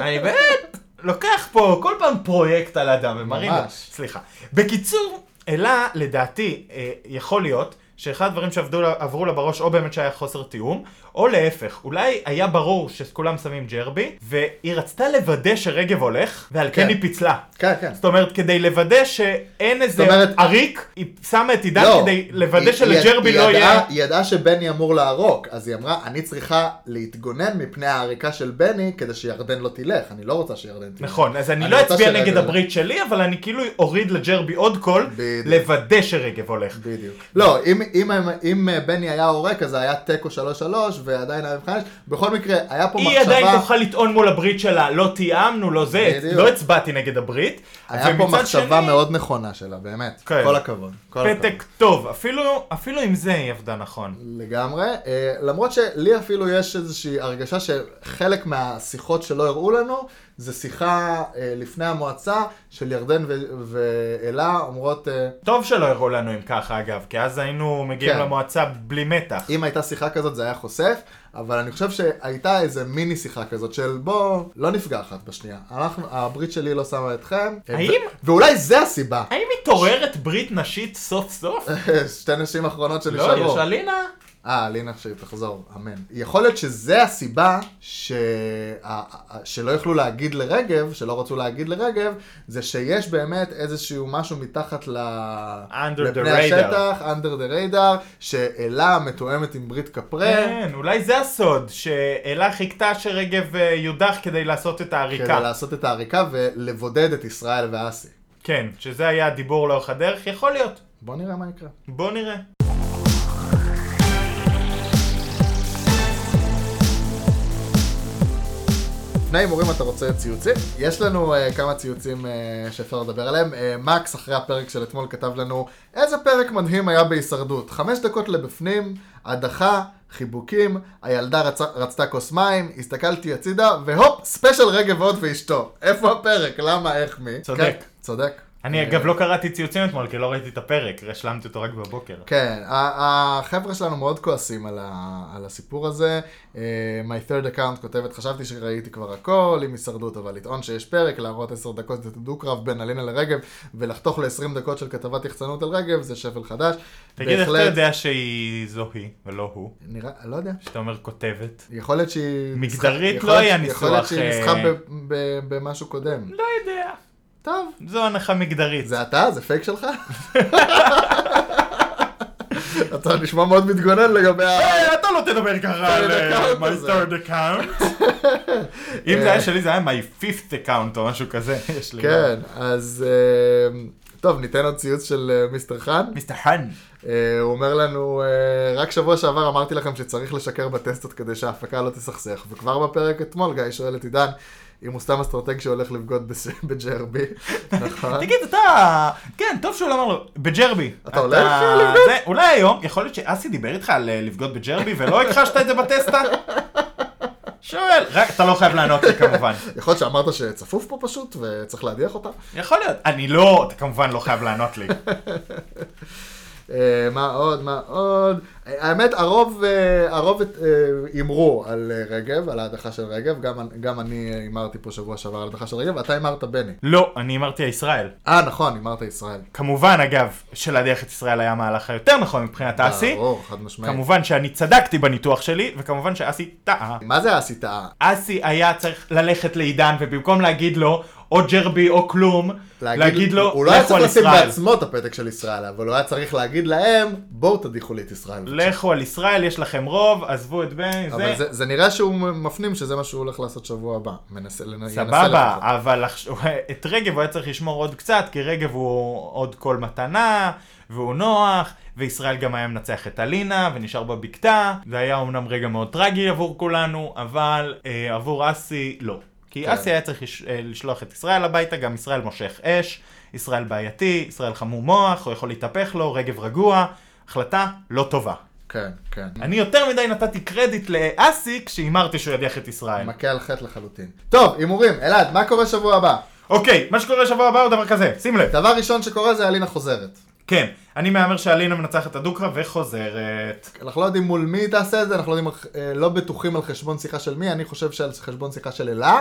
Speaker 3: אני באמת לוקח פה כל פעם פרויקט על אדם ומרים. לו.
Speaker 2: ממש.
Speaker 3: סליחה. בקיצור, אלה, לדעתי, אה, יכול להיות שאחד הדברים שעבדו לה- עברו לה בראש, או באמת שהיה חוסר תיאום, או להפך, אולי היה ברור שכולם שמים ג'רבי, והיא רצתה לוודא שרגב הולך, ועל כן
Speaker 2: כן.
Speaker 3: היא פיצלה.
Speaker 2: כן, כן.
Speaker 3: זאת אומרת, כדי לוודא שאין איזה
Speaker 2: אומרת-
Speaker 3: עריק, היא שמה את עידן כדי לוודא
Speaker 2: לא, היא-
Speaker 3: שלג'רבי
Speaker 2: היא-
Speaker 3: לא
Speaker 2: היא ידעה-
Speaker 3: יהיה...
Speaker 2: היא ידעה שבני אמור לערוק, אז היא אמרה, אני צריכה להתגונן מפני העריקה של בני כדי שירדן לא תלך, אני לא רוצה שירדן תלך.
Speaker 3: נכון, אז אני לא
Speaker 2: רוצה
Speaker 3: אצביע
Speaker 2: שרגב-
Speaker 3: נגד הברית שלי, אבל אני כאילו אוריד לג'רבי עוד קול,
Speaker 2: בדיוק.
Speaker 3: לוודא שרגב הולך.
Speaker 2: בדיוק. לא, אם, אם, הם- אם אה, בני היה עורק, אז זה היה תיקו 3-3, ועדיין היה מבחן. בכל מקרה, היה פה
Speaker 3: היא עדיין
Speaker 2: מחשבה...
Speaker 3: תוכל לטעון מול הברית שלה, לא תיאמנו, לא זה,
Speaker 2: בדיוק.
Speaker 3: לא הצבעתי נגד הברית.
Speaker 2: היה פה
Speaker 3: ומצד
Speaker 2: מחשבה
Speaker 3: שני,
Speaker 2: מאוד נכונה שלה, באמת.
Speaker 3: כן.
Speaker 2: כל הכבוד. כל הכבוד.
Speaker 3: פתק טוב, אפילו אפילו עם זה היא עבדה נכון.
Speaker 2: לגמרי, אה, למרות שלי אפילו יש איזושהי הרגשה שחלק מהשיחות שלא הראו לנו, זה שיחה אה, לפני המועצה של ירדן ו- ואלה אומרות, אה,
Speaker 3: טוב שלא הראו לנו אם ככה אגב, כי אז היינו מגיעים
Speaker 2: כן.
Speaker 3: למועצה בלי מתח.
Speaker 2: אם הייתה שיחה כזאת זה היה חושף, אבל אני חושב שהייתה איזה מיני שיחה כזאת של בוא, לא נפגע אחת בשנייה, אנחנו, הברית שלי לא שמה אתכם. אה,
Speaker 3: האם-
Speaker 2: ו- ואולי זה הסיבה,
Speaker 3: האם מתעוררת ברית נשית סוף סוף?
Speaker 2: אה, *laughs* שתי נשים אחרונות
Speaker 3: לא,
Speaker 2: שנשארו.
Speaker 3: יש אלינה.
Speaker 2: אה, לינה שתחזור, אמן. יכול להיות שזה הסיבה ש... ה- ה- שלא יכלו להגיד לרגב, שלא רצו להגיד לרגב, זה שיש באמת איזשהו משהו מתחת ל...
Speaker 3: Under the
Speaker 2: לפני
Speaker 3: radar.
Speaker 2: השטח, under the radar, שאלה מתואמת עם ברית קפרה,
Speaker 3: כן, אולי זה הסוד, שאלה חיכתה שרגב אה, יודח כדי לעשות את
Speaker 2: כדי
Speaker 3: העריקה.
Speaker 2: לעשות את העריקה ולבודד את ישראל ואסי.
Speaker 3: כן, שזה היה הדיבור לאורך הדרך, יכול להיות.
Speaker 2: בוא נראה מה יקרה.
Speaker 3: בוא נראה.
Speaker 2: לפני הימורים אתה רוצה ציוצים? יש לנו uh, כמה ציוצים uh, שאפשר לדבר עליהם. Uh, מקס אחרי הפרק של אתמול כתב לנו איזה פרק מדהים היה בהישרדות. חמש דקות לבפנים, הדחה, חיבוקים, הילדה רצ... רצתה כוס מים, הסתכלתי הצידה, והופ, ספיישל רגב עוד ואשתו. איפה הפרק? למה? איך מי?
Speaker 3: צודק.
Speaker 2: כן, צודק.
Speaker 3: אני אגב לא קראתי ציוצים אתמול, כי לא ראיתי את הפרק, השלמתי אותו רק בבוקר.
Speaker 2: כן, ה- החבר'ה שלנו מאוד כועסים על, ה, על הסיפור הזה. אה, My third account כותבת, חשבתי שראיתי כבר הכל, עם הישרדות, אבל לטעון שיש פרק, להראות 10 דקות את הדו-קרב בין אלינה לרגב, ולחתוך ל-20 דקות של כתבת יחצנות על רגב, זה שפל חדש.
Speaker 3: תגיד, איך אתה יודע שהיא זוי ולא הוא?
Speaker 2: נראה, לא יודע.
Speaker 3: שאתה אומר כותבת?
Speaker 2: יכול להיות שהיא...
Speaker 3: מגדרית
Speaker 2: ניסחה-
Speaker 3: לא היה
Speaker 2: יכול- יכול להיות
Speaker 3: ניסוח,
Speaker 2: שהיא ניסחה
Speaker 3: אה,
Speaker 2: ב- ב- במשהו קודם.
Speaker 3: לא יודע.
Speaker 2: טוב.
Speaker 3: זו הנחה מגדרית.
Speaker 2: זה אתה? זה פייק שלך? *laughs* אתה נשמע מאוד מתגונן לגבי ה...
Speaker 3: היי, אתה לא תדבר ככה
Speaker 2: third
Speaker 3: על אה,
Speaker 2: account
Speaker 3: my
Speaker 2: הזה.
Speaker 3: third account. אם זה היה שלי זה היה my fifth account או משהו כזה. יש לי לא.
Speaker 2: כן, אז אה, טוב, ניתן עוד ציוץ של אה, מיסטר חאן.
Speaker 3: מיסטר חאן.
Speaker 2: אה, הוא אומר לנו, אה, רק שבוע שעבר אמרתי לכם שצריך לשקר בטסטות כדי שההפקה לא תסכסך, וכבר בפרק אתמול גיא שואל את עידן אם הוא סתם אסטרטג שהולך לבגוד בס- *laughs* בג'רבי, נכון?
Speaker 3: תגיד, אתה... כן, טוב שהוא לא אמר לו, בג'רבי.
Speaker 2: אתה הולך לבגוד?
Speaker 3: זה, אולי
Speaker 2: *laughs*
Speaker 3: היום, יכול להיות שאסי דיבר איתך על אה, לבגוד בג'רבי ולא הכחשת את זה בטסטה? שואל, רק אתה לא חייב לענות לי כמובן.
Speaker 2: יכול להיות שאמרת שצפוף פה פשוט וצריך להדיח אותה.
Speaker 3: יכול להיות. אני לא, אתה כמובן לא חייב לענות לי.
Speaker 2: אה, מה עוד, מה עוד? אה, האמת, הרוב אה, הרוב אה, הימרו על אה, רגב, על ההדחה של רגב. גם- גם אני אה, הימרתי פה שבוע שעבר על ההדחה של רגב, ואתה הימרת בני.
Speaker 3: לא, אני אמרתי ישראל.
Speaker 2: אה, נכון, הימרת ישראל.
Speaker 3: כמובן, אגב, שלהדיח את ישראל היה המהלך היותר נכון מבחינת
Speaker 2: אה,
Speaker 3: אסי.
Speaker 2: ברור, חד משמעית.
Speaker 3: כמובן שאני צדקתי בניתוח שלי, וכמובן שאסי טעה.
Speaker 2: מה זה הסיטה?
Speaker 3: אסי היה צריך ללכת לעידן, ובמקום להגיד לו, או ג'רבי או כלום, להגיד לו,
Speaker 2: הוא לא היה
Speaker 3: לכו
Speaker 2: צריך
Speaker 3: על
Speaker 2: לשים
Speaker 3: ישראל.
Speaker 2: בעצמו את הפתק של ישראל, אבל הוא היה צריך להגיד להם, בואו תדיחו לי את ישראל.
Speaker 3: לכו על ישראל, יש לכם רוב, עזבו את בני,
Speaker 2: אבל
Speaker 3: זה...
Speaker 2: זה, זה נראה שהוא מפנים שזה מה שהוא הולך לעשות שבוע הבא. מנסה, לנ- ינסה
Speaker 3: סבבה,
Speaker 2: לעשות.
Speaker 3: אבל לחש- *laughs* את רגב הוא היה צריך לשמור עוד קצת, כי רגב הוא עוד קול מתנה, והוא נוח, וישראל גם היה מנצח את אלינה, ונשאר בבקתה. זה היה אומנם רגע מאוד טרגי עבור כולנו, אבל אה, עבור אסי, לא. כי
Speaker 2: כן.
Speaker 3: אסי היה צריך לש- אה, לשלוח את ישראל הביתה, גם ישראל מושך אש, ישראל בעייתי, ישראל חמום מוח, הוא יכול להתהפך לו, רגב רגוע, החלטה לא טובה.
Speaker 2: כן, כן.
Speaker 3: אני יותר מדי נתתי קרדיט לאסי כשהימרתי שהוא ידיח את ישראל.
Speaker 2: מכה על חטא לחלוטין. טוב, הימורים. אלעד, מה קורה שבוע הבא?
Speaker 3: אוקיי, מה שקורה שבוע הבא הוא דבר כזה, שים לב.
Speaker 2: דבר ראשון שקורה זה אלינה חוזרת.
Speaker 3: כן, אני מהמר שאלינה מנצחת את הדו-קרב וחוזרת.
Speaker 2: אנחנו לא יודעים מול מי היא תעשה את זה, אנחנו לא, יודעים, אה, לא בטוחים על חשבון שיחה של מי, אני חושב שעל חשבון שיחה של אלה,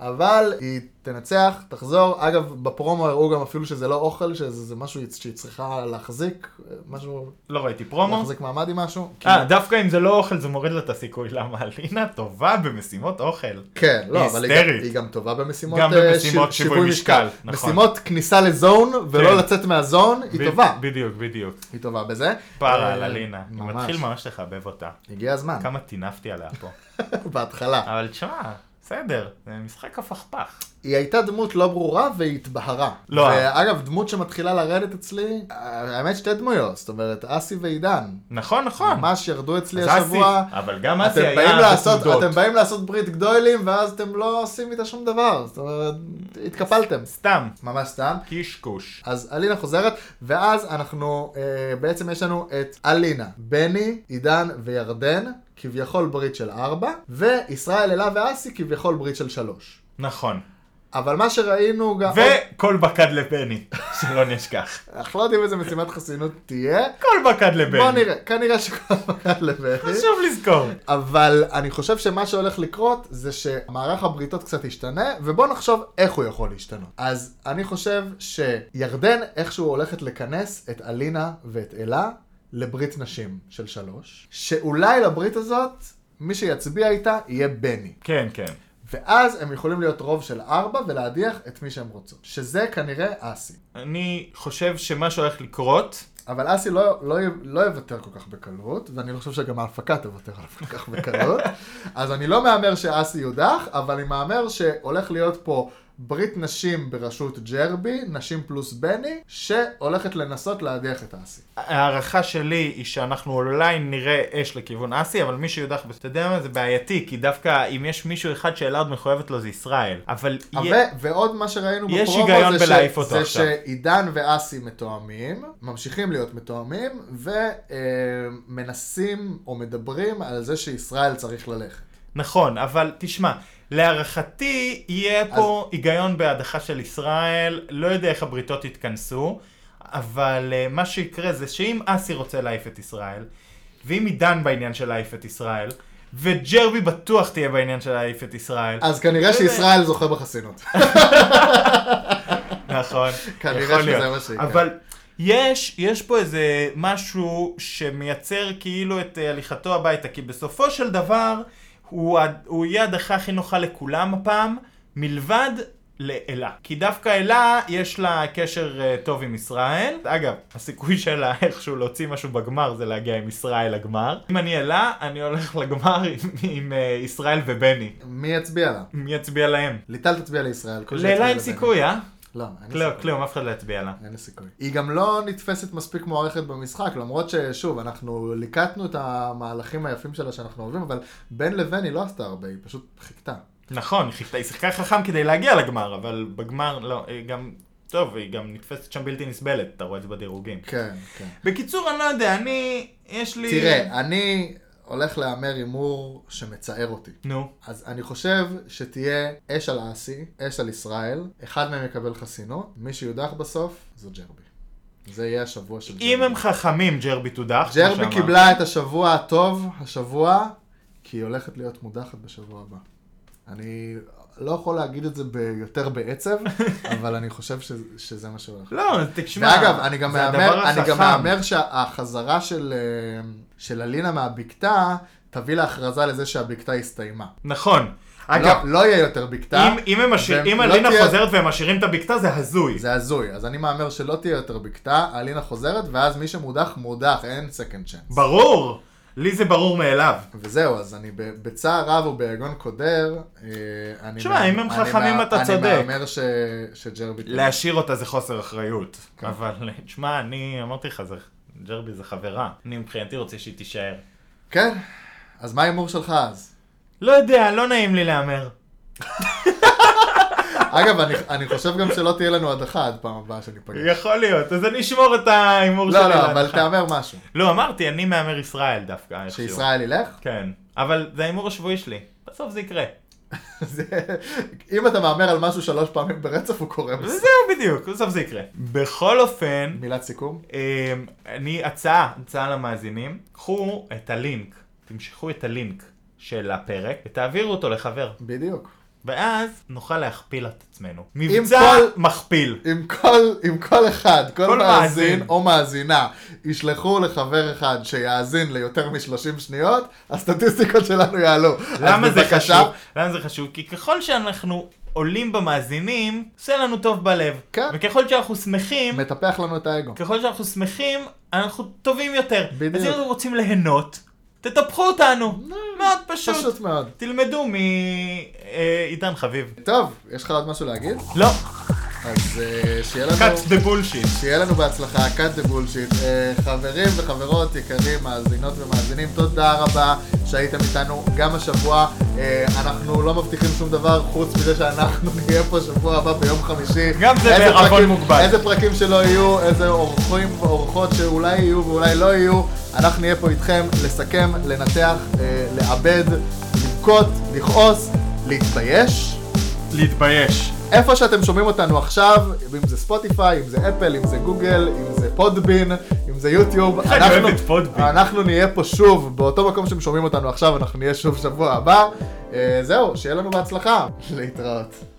Speaker 2: אבל היא תנצח, תחזור. אגב, בפרומו הראו גם אפילו שזה לא אוכל, שזה זה משהו שהיא צריכה להחזיק, אה, משהו,
Speaker 3: לא ראיתי פרומו.
Speaker 2: להחזיק מעמד עם משהו. כן.
Speaker 3: אה, דווקא אם זה לא אוכל זה מוריד לה את הסיכוי, למה אלינה טובה במשימות אוכל.
Speaker 2: כן, לא,
Speaker 3: היא
Speaker 2: אבל היא גם,
Speaker 3: היסטרית.
Speaker 2: היא גם טובה במשימות,
Speaker 3: גם
Speaker 2: אה,
Speaker 3: במשימות
Speaker 2: שי-
Speaker 3: שיווי משקל, נכון.
Speaker 2: משימות כניסה לזון, ולא
Speaker 3: כן.
Speaker 2: לצאת מהזון,
Speaker 3: ב-
Speaker 2: היא טובה.
Speaker 3: בדיוק, בדיוק.
Speaker 2: היא טובה בזה.
Speaker 3: פרה
Speaker 2: אה,
Speaker 3: על אלינה. אני
Speaker 2: ממש.
Speaker 3: מתחיל ממש לחבב אותה.
Speaker 2: הגיע הזמן,
Speaker 3: כמה טינפתי עליה פה.
Speaker 2: בהתחלה.
Speaker 3: אבל תשמע, בסדר, זה משחק הפכפך.
Speaker 2: היא הייתה דמות לא ברורה והיא התבהרה.
Speaker 3: לא.
Speaker 2: אגב, דמות שמתחילה לרדת אצלי, אה, האמת שתי דמויות, זאת אומרת, אסי ועידן.
Speaker 3: נכון, נכון.
Speaker 2: ממש ירדו אצלי
Speaker 3: אז אסי-
Speaker 2: השבוע.
Speaker 3: אבל גם
Speaker 2: אתם
Speaker 3: אסי היה
Speaker 2: באים, לעשות,
Speaker 3: בתנודות.
Speaker 2: אתם באים לעשות ברית גדוילים, ואז אתם לא עושים איתה שום דבר. זאת אומרת, התקפלתם.
Speaker 3: סתם,
Speaker 2: ממש סתם.
Speaker 3: קשקוש.
Speaker 2: אז אלינה חוזרת, ואז אנחנו, אה, בעצם יש לנו את אלינה, בני, עידן וירדן, כביכול ברית של ארבע, וישראל, אלה ואסי, כביכול ברית של שלוש.
Speaker 3: נכון.
Speaker 2: אה, אבל מה שראינו גם...
Speaker 3: וכל בקד לבני, *laughs* שלא נשכח.
Speaker 2: אנחנו לא יודעים איזה משימת חסינות תהיה.
Speaker 3: כל בקד לבני.
Speaker 2: בוא נראה, כנראה שכל אחד לבכי.
Speaker 3: חשוב לזכור.
Speaker 2: אבל אני חושב שמה שהולך לקרות זה שמערך הבריתות קצת ישתנה, ובוא נחשוב איך הוא יכול להשתנות. אז אני חושב שירדן איכשהו הולכת לכנס את אלינה ואת אלה לברית נשים של שלוש, שאולי לברית הזאת, מי שיצביע איתה יהיה בני.
Speaker 3: כן, כן.
Speaker 2: ואז הם יכולים להיות רוב של ארבע ולהדיח את מי שהם רוצות. שזה כנראה אסי.
Speaker 3: אני חושב שמה שהולך לקרות,
Speaker 2: אבל אסי לא, לא, י- לא יוותר כל כך בקלות, ואני לא חושב שגם ההפקה תוותר עליו כל כך
Speaker 3: *laughs*
Speaker 2: בקלות. אז אני לא מהמר שאסי יודח, אבל אני מהמר שהולך להיות פה ברית נשים בראשות ג'רבי, נשים פלוס בני, שהולכת לנסות להדיח את אסי.
Speaker 3: ההערכה שלי היא שאנחנו אולי נראה אש לכיוון אסי, אבל מי שיודח, אתה יודע מה, זה בעייתי, כי דווקא אם יש מישהו אחד שאלעד מחויבת לו זה ישראל. אבל יהיה...
Speaker 2: ו- ועוד מה שראינו
Speaker 3: יש
Speaker 2: בפרומו
Speaker 3: היגיון
Speaker 2: זה,
Speaker 3: בלהעיף אותו
Speaker 2: זה
Speaker 3: עכשיו.
Speaker 2: שעידן ואסי מתואמים, ממשיכים להיות מתואמים, ומנסים או מדברים על זה שישראל צריך ללכת.
Speaker 3: נכון, אבל תשמע, להערכתי יהיה פה היגיון בהדחה של ישראל, לא יודע איך הבריתות יתכנסו, אבל uh, מה שיקרה זה שאם אסי רוצה להעיף את ישראל, ואם עידן בעניין של להעיף את ישראל, וג'רבי בטוח תהיה בעניין של להעיף את ישראל,
Speaker 2: אז כנראה
Speaker 3: באמת.
Speaker 2: שישראל זוכה בחסינות.
Speaker 3: נכון,
Speaker 2: כנראה
Speaker 3: יכול
Speaker 2: שזה
Speaker 3: להיות.
Speaker 2: מה שיקרה.
Speaker 3: אבל יש, יש פה איזה משהו שמייצר כאילו את אה, הליכתו הביתה, כי בסופו של דבר, הוא, ה- הוא יהיה הדחה הכי נוחה לכולם הפעם, מלבד לאלה. כי דווקא אלה, יש לה קשר אה, טוב עם ישראל. אגב, הסיכוי שלה *laughs* איכשהו להוציא משהו בגמר זה להגיע עם ישראל לגמר. אם אני אלה, אני הולך לגמר עם, עם אה, ישראל ובני.
Speaker 2: מי יצביע לה?
Speaker 3: מי יצביע להם?
Speaker 2: ליטל תצביע לישראל. כל שיצביע
Speaker 3: לאלה אין
Speaker 2: לבני.
Speaker 3: סיכוי, אה?
Speaker 2: לא, אין לי
Speaker 3: לא,
Speaker 2: סיכוי.
Speaker 3: כלום, אף אחד לא יצביע לה.
Speaker 2: אין לי סיכוי. היא גם לא נתפסת מספיק מוערכת במשחק, למרות ששוב, אנחנו ליקטנו את המהלכים היפים שלה שאנחנו אוהבים, אבל בין לבין היא לא עשתה הרבה, היא פשוט חיכתה.
Speaker 3: נכון, היא חיכתה, היא שיחקה חכם כדי להגיע לגמר, אבל בגמר לא, היא גם, טוב, היא גם נתפסת שם בלתי נסבלת, אתה רואה את זה בדירוגים.
Speaker 2: כן, כן.
Speaker 3: בקיצור, אני לא יודע, אני, יש לי...
Speaker 2: תראה, אני הולך להמר הימור שמצער אותי.
Speaker 3: נו.
Speaker 2: אז אני חושב שתהיה אש על האסי, אש על ישראל, אחד מהם יקבל חסינות, מי שיודח בסוף זו ג'רבי. זה יהיה השבוע של ג'רבי.
Speaker 3: אם הם חכמים, ג'רבי תודח. כמו
Speaker 2: ג'רבי
Speaker 3: שאמרת.
Speaker 2: קיבלה את השבוע הטוב, השבוע, כי היא הולכת להיות מודחת בשבוע הבא. אני לא יכול להגיד את זה ביותר
Speaker 3: *laughs*
Speaker 2: בעצב, אבל אני חושב ש... שזה מה שהולך.
Speaker 3: לא, תשמע.
Speaker 2: ואגב, אני גם
Speaker 3: זה הדבר
Speaker 2: מהמר, אני גם
Speaker 3: החכם.
Speaker 2: מהמר שהחזרה של, אה, של אלינה מהבקתה, תביא להכרזה לזה שהבקתה הסתיימה.
Speaker 3: נכון. אגב,
Speaker 2: אגב, לא, לא יהיה יותר בקתה.
Speaker 3: אם- אם הם משאיר-
Speaker 2: והם-
Speaker 3: אם
Speaker 2: לא
Speaker 3: אלינה
Speaker 2: תהיה-
Speaker 3: חוזרת והם משאירים את הבקתה, זה הזוי.
Speaker 2: זה הזוי, אז אני מהמר שלא תהיה יותר בקתה, אלינה חוזרת, ואז מי שמודח, מודח, אין second chance.
Speaker 3: ברור. לי זה ברור מאליו.
Speaker 2: וזהו, אז אני ב- בצער רב וביגון קודר, אה, אני...
Speaker 3: תשמע,
Speaker 2: מה-
Speaker 3: אם הם
Speaker 2: אני
Speaker 3: חכמים,
Speaker 2: מה-
Speaker 3: אתה צודק.
Speaker 2: אני מהמר ש- שג'רבי...
Speaker 3: להשאיר אותה זה חוסר אחריות. אבל, תשמע, אני אמרתי לך, זה- ג'רבי זה חברה. אני מבחינתי רוצה שהיא תישאר.
Speaker 2: כן? אז מה ההימור שלך אז?
Speaker 3: לא יודע, לא נעים לי להמר.
Speaker 2: אגב, אני, אני חושב גם שלא תהיה לנו הדחה עד פעם הבאה שניפגש.
Speaker 3: יכול להיות, אז אני אשמור את ההימור שלי.
Speaker 2: לא, לא, אבל
Speaker 3: להנחה.
Speaker 2: תהמר משהו.
Speaker 3: לא, אמרתי, אני מהמר ישראל דווקא. איכשהו.
Speaker 2: שישראל ילך? *laughs*
Speaker 3: כן. אבל זה ההימור השבועי שלי. בסוף זה יקרה.
Speaker 2: זה- אם אתה מהמר על משהו שלוש פעמים ברצף, הוא קורה בסוף.
Speaker 3: זהו בדיוק, בסוף זה יקרה. בכל אופן,
Speaker 2: מילת סיכום?
Speaker 3: אה, אני הצעה, הצעה למאזינים, קחו את הלינק, תמשכו את הלינק של הפרק ותעבירו אותו לחבר.
Speaker 2: בדיוק.
Speaker 3: ואז נוכל להכפיל את עצמנו.
Speaker 2: אם
Speaker 3: מבצע
Speaker 2: כל-
Speaker 3: מכפיל.
Speaker 2: אם כל, אם כל אחד, כל,
Speaker 3: כל
Speaker 2: כל מאזין,
Speaker 3: מאזין.
Speaker 2: מאזין או מאזינה, ישלחו לחבר אחד שיאזין ליותר מ-30 שניות, הסטטיסטיקות שלנו יעלו. אז
Speaker 3: למה זה
Speaker 2: בבקשה,
Speaker 3: חשוב? למה זה חשוב? כי ככל שאנחנו עולים במאזינים, עושה לנו טוב בלב.
Speaker 2: כן.
Speaker 3: וככל שאנחנו שמחים,
Speaker 2: מטפח לנו את האגו.
Speaker 3: ככל שאנחנו שמחים, אנחנו טובים יותר.
Speaker 2: בדיוק. לא.
Speaker 3: אז אם אתם רוצים ליהנות, תטפחו אותנו. מאוד פשוט.
Speaker 2: פשוט מאוד.
Speaker 3: תלמדו מעידן חביב.
Speaker 2: טוב, יש לך עוד משהו להגיד? *laughs*
Speaker 3: לא,
Speaker 2: אז אה, שיהיה לנו...
Speaker 3: cut the bullshit.
Speaker 2: שיהיה לנו בהצלחה, cut the bullshit. Uh, חברים וחברות יקרים, מאזינות ומאזינים, תודה רבה שהייתם איתנו גם השבוע. Uh, אנחנו לא מבטיחים שום דבר חוץ מזה שאנחנו *laughs* נהיה פה שבוע הבא ביום חמישי.
Speaker 3: גם זה
Speaker 2: איזה
Speaker 3: בערבון
Speaker 2: פרקים-
Speaker 3: מוגבל.
Speaker 2: איזה פרקים שלא יהיו, איזה אורחים ואורחות שאולי יהיו ואולי לא יהיו. אנחנו נהיה פה איתכם לסכם, לנתח, uh, לעבד, לבכות, לכעוס, להתבייש.
Speaker 3: להתבייש.
Speaker 2: איפה שאתם שומעים אותנו עכשיו, אם זה ספוטיפיי, אם זה אפל, אם זה גוגל, אם זה פודבין, אם זה יוטיוב,
Speaker 3: אני אוהב את פודבין.
Speaker 2: אנחנו נהיה פה שוב, באותו מקום שהם שומעים אותנו עכשיו, אנחנו נהיה שוב שבוע הבא. אה, זהו, שיהיה לנו בהצלחה. להתראות.